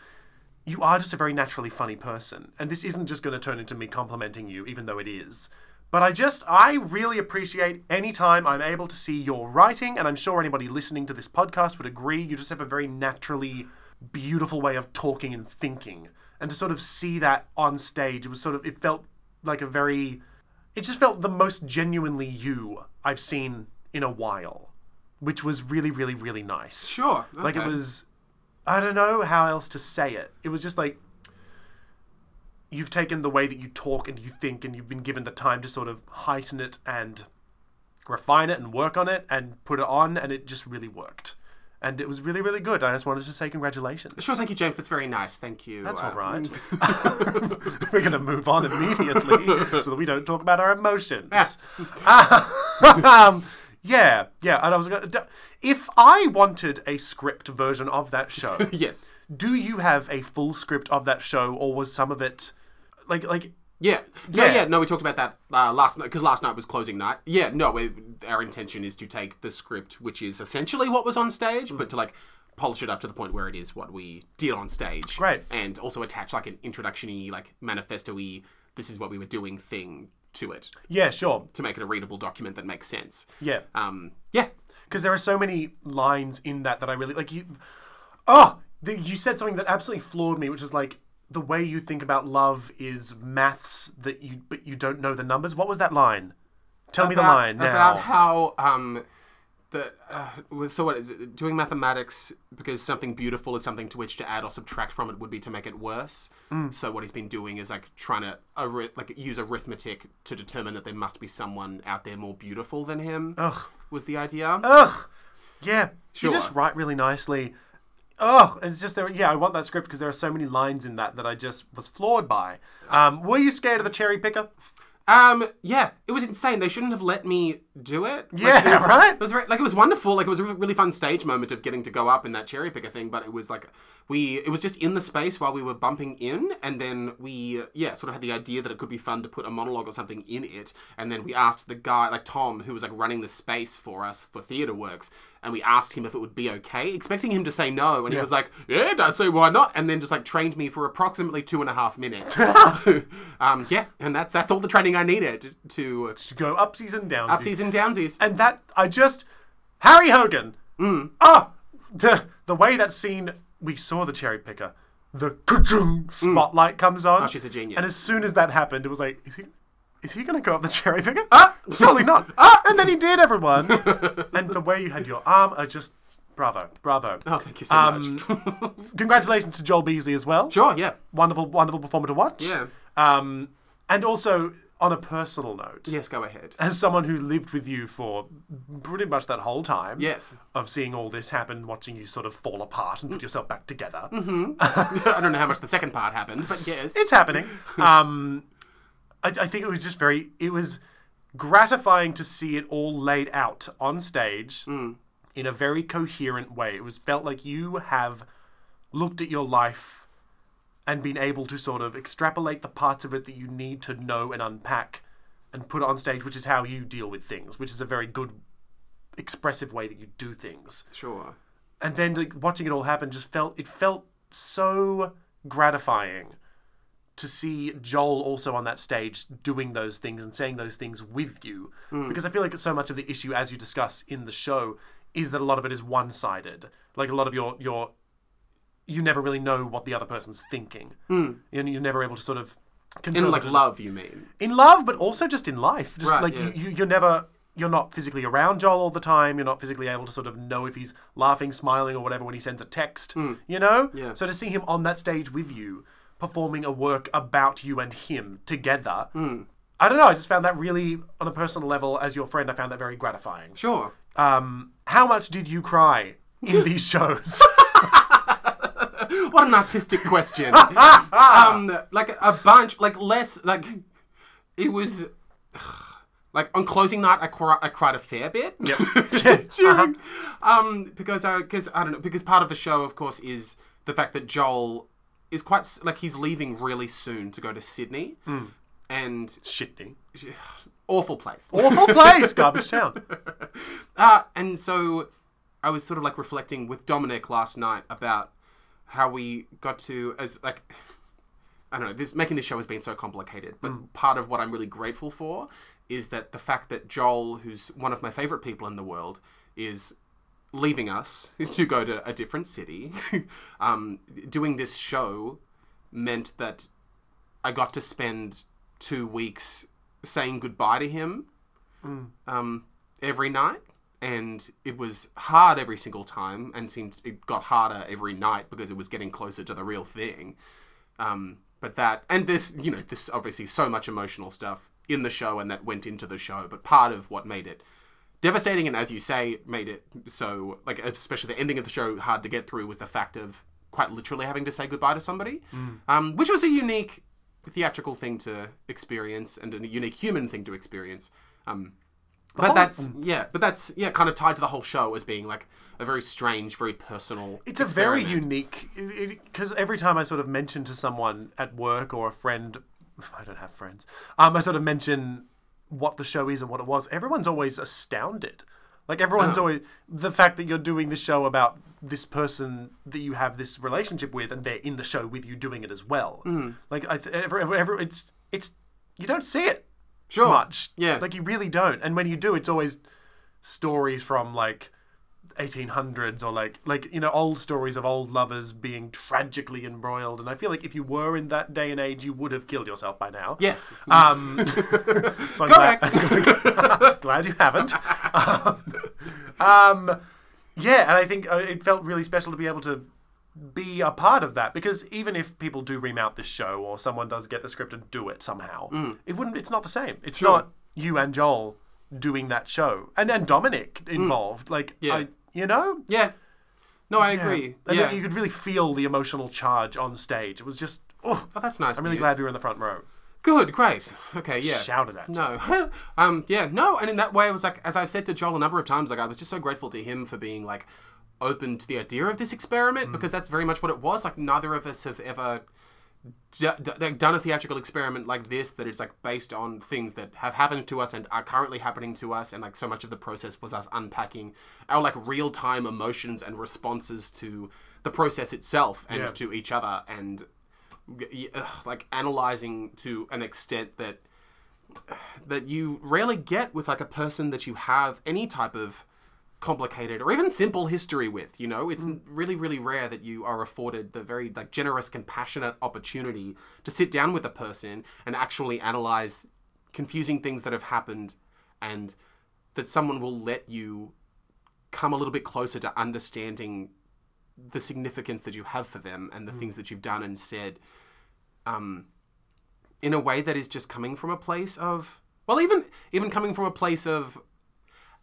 You are just a very naturally funny person, and this isn't just going to turn into me complimenting you, even though it is. But I just, I really appreciate any time I'm able to see your writing, and I'm sure anybody listening to this podcast would agree. You just have a very naturally beautiful way of talking and thinking, and to sort of see that on stage, it was sort of, it felt like a very, it just felt the most genuinely you I've seen in a while, which was really, really, really nice.
Sure.
Like it
okay.
was, I don't know how else to say it. It was just like you've taken the way that you talk and you think and you've been given the time to sort of heighten it and refine it and work on it and put it on and it just really worked. And it was really, really good. I just wanted to say congratulations.
Sure, thank you, James. That's very nice. Thank you. Um,
That's all right. We're going to move on immediately so that we don't talk about our emotions.
Ah.
um, yeah, yeah. And I was going to. If I wanted a script version of that show,
Yes.
do you have a full script of that show, or was some of it like like?
Yeah. No,
Yeah.
yeah. No, we talked about that uh, last night because last night was closing night. Yeah. No, we, our intention is to take the script, which is essentially what was on stage, but to like polish it up to the point where it is what we did on stage.
Great.
And also attach like an introduction-y, like manifesto-y. This is what we were doing thing to it
Yeah, sure.
to make it a readable document that makes sense.
Yeah,
Um. Yeah.
because there are so many lines in that that I really like. You, oh, the, you said something that absolutely floored me, which is like the way you think about love is maths that you but you don't know the numbers. What was that line? Tell me the
about-
line now.
about how um the uh, well, so what is it doing mathematics because something beautiful is something to which to add or subtract from it would be to make it worse
Mm.
so what he's been doing is like trying to arith- like use arithmetic to determine that there must be someone out there more beautiful than him Ugh. was the idea
Ugh. Yeah.
Sure.
You just write really nicely. Oh, and it's just there. Yeah, I want that script because there are so many lines in that that I just was floored by. Um, were you scared of the cherry picker?
Um, yeah, it was insane. They shouldn't have let me do it. Like,
Yeah,
it was,
right?
It was very, like it was wonderful. Like it was a really fun stage moment of getting to go up in that cherry picker thing. But it was like we, it was just in the space while we were bumping in, and then we, yeah, sort of had the idea that it could be fun to put a monologue or something in it, and then we asked the guy, like Tom, who was like running the space for us for Theatre Works, and we asked him if it would be okay, expecting him to say no, and he was like, yeah, don't say why not, and then just like trained me for approximately two and a half minutes. um, yeah, and that's that's all the training I needed to
To go upsies and downsies.
upsies and downsies.
and that I just Harry Hogan.
Mm.
Ah, the the way that scene we saw the cherry picker, the ka-chung spotlight comes on. Oh,
Mm. she's a genius.
And as soon as that happened, it was like, is he is he going to go up the cherry picker? Ah, surely not. ah, and then he did, everyone. and the way you had your arm, I just bravo, bravo.
Oh, thank you so much.
Congratulations to Joel Beasley as well.
sure, yeah,
Wonderful, wonderful performer to watch.
Yeah.
Um, and also on a personal note
yes, go ahead.
as someone who lived with you for pretty much that whole time
Yes,
of seeing all this happen, watching you sort of fall apart and put yourself back together.
I don't know how much the second part happened, but yes,
It's happening. Um, I, I think it was just very, it was gratifying to see it all laid out on stage in a very coherent way. It was felt like you have looked at your life and been able to sort of extrapolate the parts of it that you need to know and unpack and put it on stage, which is how you deal with things, which is a very good expressive way that you do things
sure.
and then like watching it all happen just felt it felt so gratifying to see Joel also on that stage doing those things and saying those things with you
Mm.
because I feel like so much of the issue as you discuss in the show is that a lot of it is one-sided like a lot of your your you never really know what the other person's thinking and you're never able to sort of
Mm. In
confirm
like
it
love, you mean?
in love, but also just in life. Just
Right,
like
yeah.
you, you, you're never, you're not physically around Joel all the time. You're not physically able to sort of know if he's laughing, smiling, or whatever when he sends a text. You know.
Hmm. Yeah.
So to see him on that stage with you, performing a work about you and him together.
Hmm.
I don't know. I just found that really, on a personal level, as your friend, I found that very gratifying.
Sure.
Um, how much did you cry in these shows?
What an artistic question. um, like a bunch, like less, like it was. Like on closing night, I, cri- I cried a fair bit.
Uh-huh.
During- um, because I, because I don't know, because part of the show, of course, is the fact that Joel is quite s- like he's leaving really soon to go to Sydney, and
Shitney.
awful place.
Awful place, garbage town.
Uh, and so I was sort of like reflecting with Dominic last night about how we got to as like I don't know, this making this show has been so complicated, but part of what I'm really grateful for is that the fact that Joel, who's one of my favorite people in the world, is leaving us to go to a different city. um, doing this show meant that I got to spend two weeks saying goodbye to him um, every night, and it was hard every single time, and seemed it got harder every night because it was getting closer to the real thing. Um, but But that, and this, you know, this obviously so much emotional stuff in the show and that went into the show, but part of what made it devastating and as you say, made it so, like, especially the ending of the show hard to get through was the fact of quite literally having to say goodbye to somebody,
Mm.
um, which was a unique theatrical thing to experience and a unique human thing to experience. Um, but
whole-
that's yeah, but that's yeah, kind of tied to the whole show as being like a very strange, very personal.
It's a very unique because every time I sort of mention to someone at work or a friend, I don't have friends. Um, I sort of mention what the show is and what it was. Everyone's always astounded. Like everyone's always the fact that you're doing the show about this person that you have this relationship with, and they're in the show with you doing it as well. Like I, th- every, every, every, it's it's you don't see it
sure.
much.
Yeah.
Like you really don't. And when you do, it's always stories from like 1800s or like like you know old stories of old lovers being tragically embroiled. And I feel like if you were in that day and age, you would have killed yourself by now.
Yes.
Um, so I'm glad- glad you haven't. Um, um, yeah, and I think uh, it felt really special to be able to be a part of that because even if people do remount this show or someone does get the script and do it somehow,
Mm.
it wouldn't. It's not the same. It's not you and Joel doing that show and and Dominic involved. Like
Mm. Yeah.
I, you know.
yeah. No, I agree.
And
Yeah.
you could really feel the emotional charge on stage. It was just, oh,
oh, that's nice.
I'm really glad we were in the front row.
Good, great. Okay, yeah.
Shouted at.
No. um, yeah, no, and in that way, it was like, as I've said to Joel a number of times, like, I was just so grateful to him for being, like, open to the idea of this
Mm.
experiment because that's very much what it was. Like, neither of us have ever d- d- like, done a theatrical experiment like this that is, like, based on things that have happened to us and are currently happening to us. And, like, so much of the process was us unpacking our, like, real time emotions and responses to the process itself and
Yeah.
to each other and y- y- ugh, like analyzing to an extent that that you rarely get with like a person that you have any type of complicated or even simple history with you know it's really really rare that you are afforded the very like generous compassionate opportunity to sit down with a person and actually analyze confusing things that have happened and that someone will let you come a little bit closer to understanding the significance that you have for them and the things that you've done and said um, in a way that is just coming from a place of well even even coming from a place of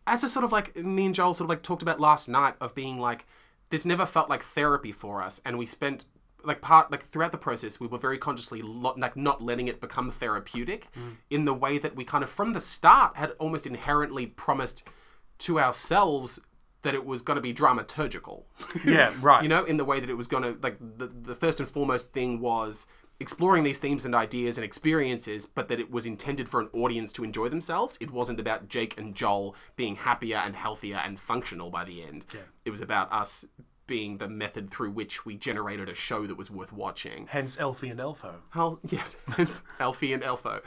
as a sort of like me and Joel sort of like talked about last night of being like this never felt like therapy for us and we spent like part like throughout the process we were very consciously lo- like not letting it become therapeutic in the way that we kind of from the start had almost inherently promised to ourselves that it was going to be dramaturgical
Yeah, right.
you know, in the way that it was going to, like, the, the first and foremost thing was exploring these themes and ideas and experiences, but that it was intended for an audience to enjoy themselves. It wasn't about Jake and Joel being happier and healthier and functional by the end. It was about us being the method through which we generated a show that was worth watching.
Hence Elfie and Elfo.
Hell, yes, it's Alfie and Elfo.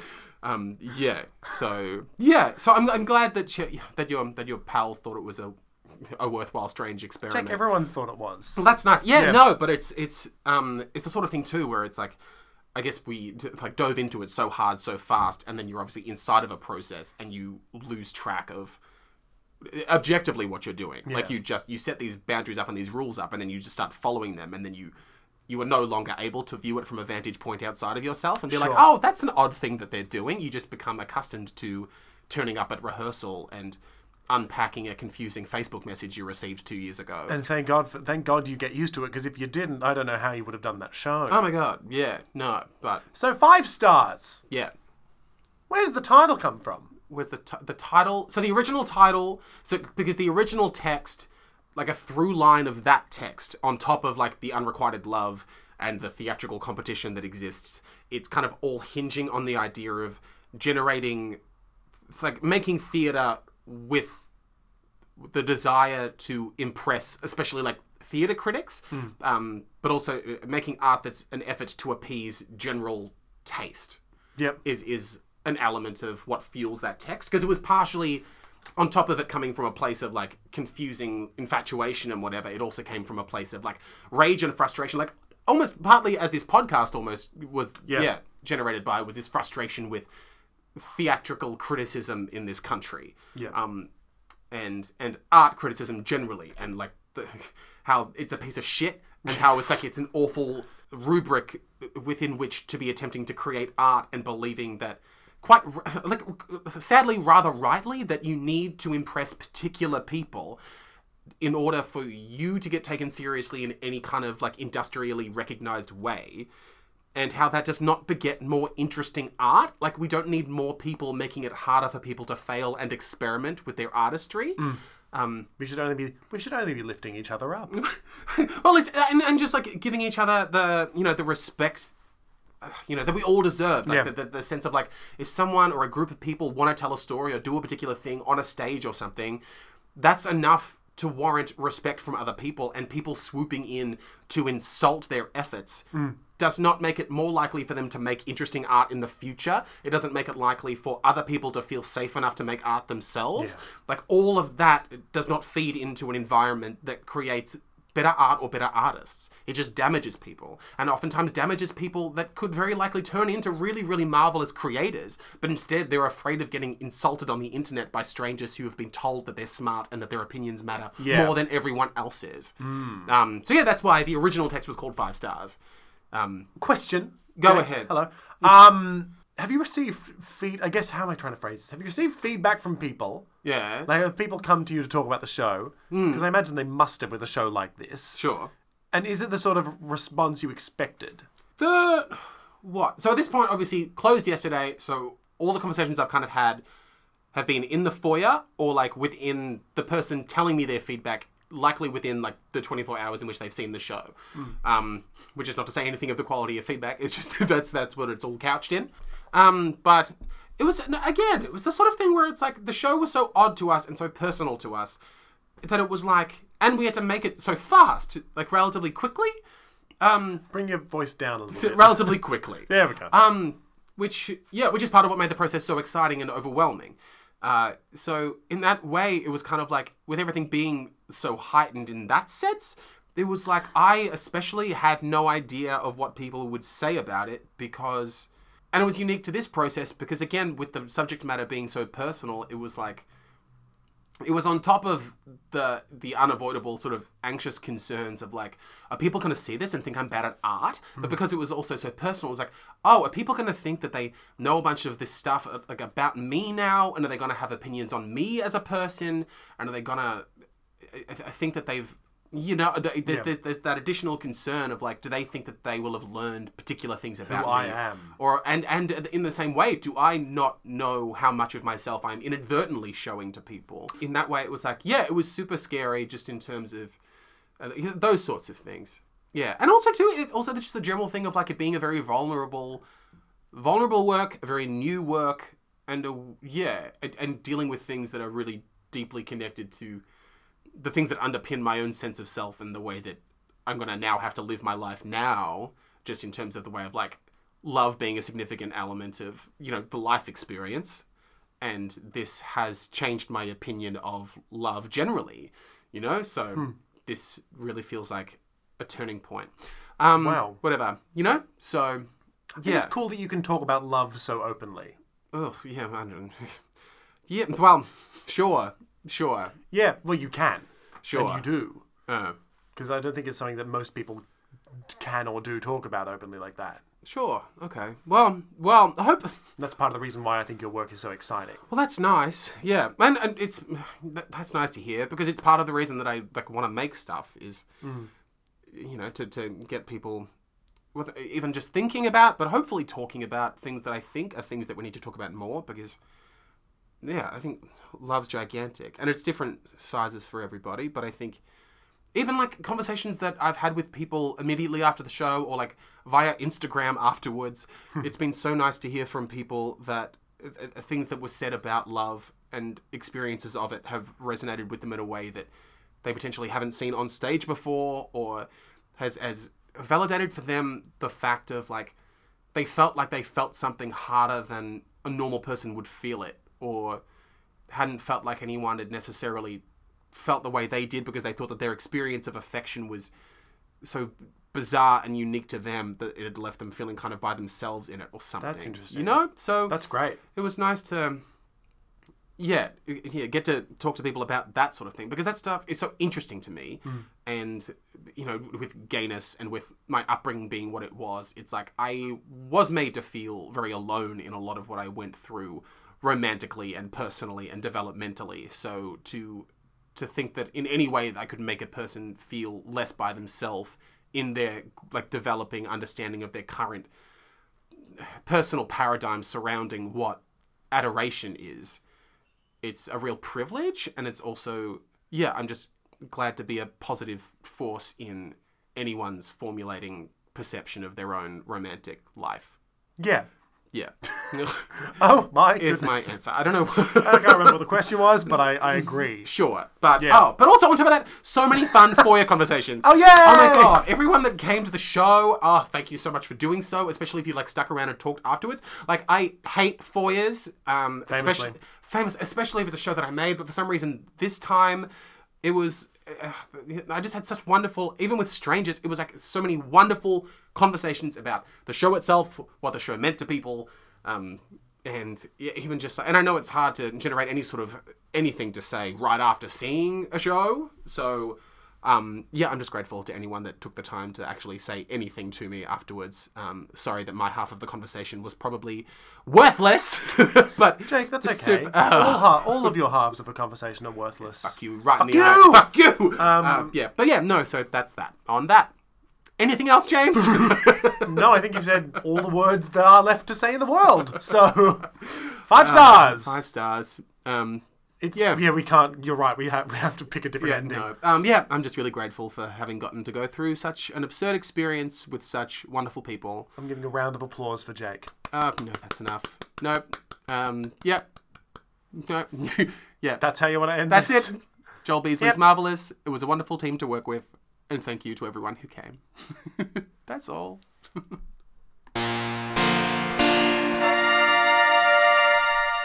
Um, yeah. So yeah. So I'm, I'm glad that you, that your that your pals thought it was a a worthwhile strange experiment.
Like everyone's thought it was.
Well, that's nice. Yeah, no, but it's it's um it's the sort of thing too where it's like I guess we d- like dove into it so hard so fast and then you're obviously inside of a process and you lose track of eh, objectively what you're doing. Like you just you set these boundaries up and these rules up and then you just start following them and then you you are no longer able to view it from a vantage point outside of yourself and be like,
Sure.
"Oh, that's an odd thing that they're doing." You just become accustomed to turning up at rehearsal and unpacking a confusing Facebook message you received 2 years ago.
And thank God, for, thank God you get used to it because if you didn't, I don't know how you would have done that show.
Oh my god, yeah, no, but
so five stars.
yeah.
Where does the title come from?
Was the t- the title? So the original title, so because the original text, like a through line of that text on top of like the unrequited love and the theatrical competition that exists, it's kind of all hinging on the idea of generating, it's like making theater with the desire to impress, especially like theater critics, um, but also uh, making art that's an effort to appease general taste
Yep.
is is an element of what fuels that text because it was partially on top of it coming from a place of like confusing infatuation and whatever it also came from a place of like rage and frustration like almost partly as this podcast almost was yeah, generated by was this frustration with theatrical criticism in this country
Yeah.
um and and art criticism generally and like the, how it's a piece of shit and how it's like it's an awful rubric within which to be attempting to create art and believing that quite r- like sadly rather rightly that you need to impress particular people in order for you to get taken seriously in any kind of like industrially recognized way and how that does not beget more interesting art like we don't need more people making it harder for people to fail and experiment with their artistry um,
We should only be we should only be lifting each other up.
well, it's, uh, and, and just like giving each other the you know the respect, uh, you know that we all deserve. Like
Yeah.
the, the, the sense of like if someone or a group of people want to tell a story or do a particular thing on a stage or something, that's enough to warrant respect from other people. And people swooping in to insult their efforts. Does not make it more likely for them to make interesting art in the future. It doesn't make it likely for other people to feel safe enough to make art themselves. Like all of that does not feed into an environment that creates better art or better artists. It just damages people, and oftentimes damages people that could very likely turn into really, really marvelous creators, but instead they're afraid of getting insulted on the internet by strangers who have been told that they're smart and that their opinions matter
Yeah. Hmm.
more than everyone else is. Um, so, yeah, that's why the original text was called Five Stars. Um,
Question.
Go ahead.
Hello. Um, have you received feed? I guess how am I trying to phrase this? Have you received feedback from people?
yeah,
Like, have people come to you to talk about the show? Because I imagine they must have with a show like this.
Hmm. sure.
And is it the sort of response you expected?
The what? So at this point, obviously closed yesterday. So all the conversations I've kind of had have been in the foyer or like within the person telling me their feedback, likely within like the 24 hours in which they've seen the show. Um, which is not to say anything of the quality of feedback. It's just that's that's what it's all couched in. Um, but it was no, again, it was the sort of thing where it's like the show was so odd to us and so personal to us that it was like, and we had to make it so fast, like relatively quickly. Um,
Bring your voice down a little
to-
bit.
relatively quickly.
There we go.
Um, which yeah, which is part of what made the process so exciting and overwhelming. Uh, so in that way, it was kind of like with everything being so heightened in that sense, it was like I especially had no idea of what people would say about it because, and it was unique to this process because again, with the subject matter being so personal, it was like it was on top of the the unavoidable sort of anxious concerns of like, are people going to see this and think I'm bad at art? But because it was also so personal, it was like, oh, are people going to think that they know a bunch of this stuff uh, like about me now? And are they going to have opinions on me as a person? And are they going to? I I think that they've. You know, th- th- th- there's that additional concern of like, do they think that they will have learned particular things about me?
I am.
or and and in the same way do i not know how much of myself i'm inadvertently showing to people in that way it was like yeah it was super scary just in terms of uh, those sorts of things yeah and also too it also just the general thing of like it being a very vulnerable vulnerable work a very new work and a, yeah and, and dealing with things that are really deeply connected to the things that underpin my own sense of self and the way that I'm going to now have to live my life now, just in terms of the way of like love being a significant element of, you know, the life experience. And this has changed my opinion of love generally, you know? So
Hmm.
this really feels like a turning point. Um,
Wow.
Whatever, you know? So, yeah.
It's cool that you can talk about love so openly.
Oh, yeah, I don't Yeah, well, sure, sure,
Yeah, well, you can.
sure.
You do.
Uh,
Because I don't think it's something that most people can or do talk about openly like that.
sure, okay. Well, well, I hope.
And that's part of the reason why I think your work is so exciting.
Well, that's nice. Yeah, and and it's that, that's nice to hear because it's part of the reason that I like want to make stuff is,
Mm.
you know, to to get people. With even just thinking about, but hopefully talking about things that I think are things that we need to talk about more because, yeah, I think love's gigantic and it's different sizes for everybody. But I think even like conversations that I've had with people immediately after the show or like via Instagram afterwards, it's been so nice to hear from people that uh, uh, things that were said about love and experiences of it have resonated with them in a way that they potentially haven't seen on stage before or has as validated for them the fact of like they felt like they felt something harder than a normal person would feel it or hadn't felt like anyone had necessarily felt the way they did because they thought that their experience of affection was so bizarre and unique to them that it had left them feeling kind of by themselves in it or something.
interesting.
You know? So
That's great.
it was nice to yeah, yeah, get to talk to people about that sort of thing because that stuff is so interesting to me. And you know, with gayness and with my upbringing being what it was, it's like I was made to feel very alone in a lot of what I went through romantically and personally and developmentally. So to to think that in any way that I could make a person feel less by themselves in their like developing understanding of their current personal paradigm surrounding what adoration is it's a real privilege and it's also yeah i'm just glad to be a positive force in anyone's formulating perception of their own romantic life
Yeah.
yeah
Oh my goodness.
is my answer i don't know
I can't remember what the question was, but I, I agree.
Sure, but
Yeah.
oh, but also on top of that, so many fun foyer conversations. Oh
yay!
Oh my god! Everyone that came to the show, oh, thank you so much for doing so. Especially if you like stuck around and talked afterwards. Like I hate foyers, um, especially
Famously.
famous, especially if it's a show that I made. But for some reason, this time, it was. Uh, I just had such wonderful, even with strangers, it was like so many wonderful conversations about the show itself, what the show meant to people, um, and yeah, even just. And I know it's hard to generate any sort of anything to say right after seeing a show, so. Um, yeah, I'm just grateful to anyone that took the time to actually say anything to me afterwards. Um, sorry that my half of the conversation was probably worthless, but
Jake, that's okay.
Super-
all, ha- all of your halves of a conversation are worthless.
Oh, fuck you right in the
you!
eye. Fuck you. Um, yeah, but yeah, no. So that's that. On that. Anything else, James?
No, I think you've said all the words that are left to say in the world. So, five stars.
Ah, Five stars. Um,
It's,
yeah.
yeah, we can't. You're right. We have we have to pick a different ending.
no. Um, yeah, I'm just really grateful for having gotten to go through such an absurd experience with such wonderful people.
I'm giving a round of applause for Jake.
Uh, no, that's enough. No. Um, yep. No. yeah.
That's how you want to end.
That's
this?
it. Joel Beasley's marvelous. It was a wonderful team to work with, and thank you to everyone who came. That's all.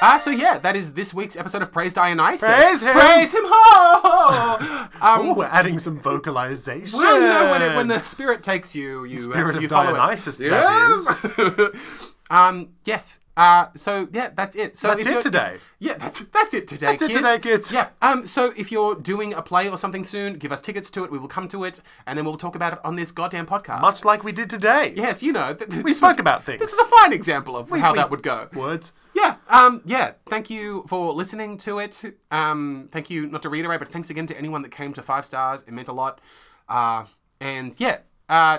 Ah, so yeah, that is this week's episode of Praise Dionysus.
Praise him!
Praise him! Ho!
Ooh,
um,
we're adding some vocalization.
well, you know, when, it, when the spirit takes you, you
Spirit
uh,
of
you follow
Dionysus,
It.
that
Yes. um, yes. Uh, so yeah, that's it. So
That's
if
it
you're-
today.
yeah, that's that's it today.
That's it
kids.
today, kids.
Yeah. Um. So if you're doing a play or something soon, give us tickets to it. We will come to it, and then we'll talk about it on this goddamn podcast.
Much like we did today.
yes, you know. Th-
We spoke about things.
This is a fine example of how
we-
that would go.
Words.
Yeah. Um. Yeah. Thank you for listening to it. Um. Thank you. Not to reiterate, but thanks again to anyone that came to five stars. It meant a lot. Uh. And yeah. Uh.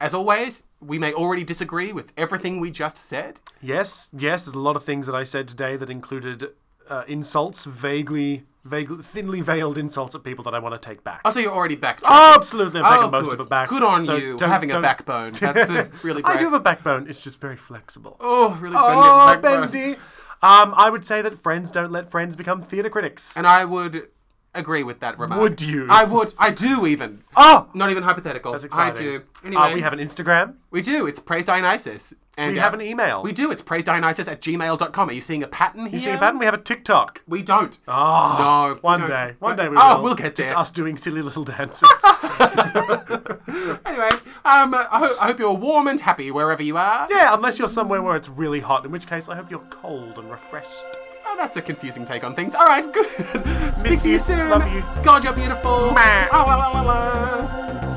As always, we may already disagree with everything we just said.
Yes, yes. There's a lot of things that I said today that included uh, insults, vaguely, vaguely, thinly veiled insults at people that I want to take back.
Oh, so you're already back.
Absolutely, I'm taking
Oh,
most
good.
of it back.
Good on
So
you for
don't-
having a
don't-
backbone. That's uh, really brave.
I do have a backbone. It's just very flexible.
oh, really
Oh,
bending backbone.
bendy. Um, I would say that friends don't let friends become theatre critics.
And I would agree with that remark.
Would you?
I would. I do even.
oh,
Not even hypothetical.
that's exciting.
I do.
Uh,
Anyway,
we have an Instagram.
we do. It's praise Dionysus. And
We
uh,
have an email.
We do. It's praise Dionysus at gmail.com. Are you seeing a pattern here?
See a pattern. We have a TikTok.
We don't.
Oh,
no. we
One
don't.
day, one day we
oh,
will.
we'll get there.
Just us doing silly little dances.
Anyway, um, I, ho- I hope you're warm and happy wherever you are.
yeah, unless you're somewhere where it's really hot, in which case I hope you're cold and refreshed.
Oh, that's a confusing take on things. All right, good. Speak
Miss
to you
you.
soon.
Love you.
God, you're beautiful.
Mwah.
Ah, la, la, la, la.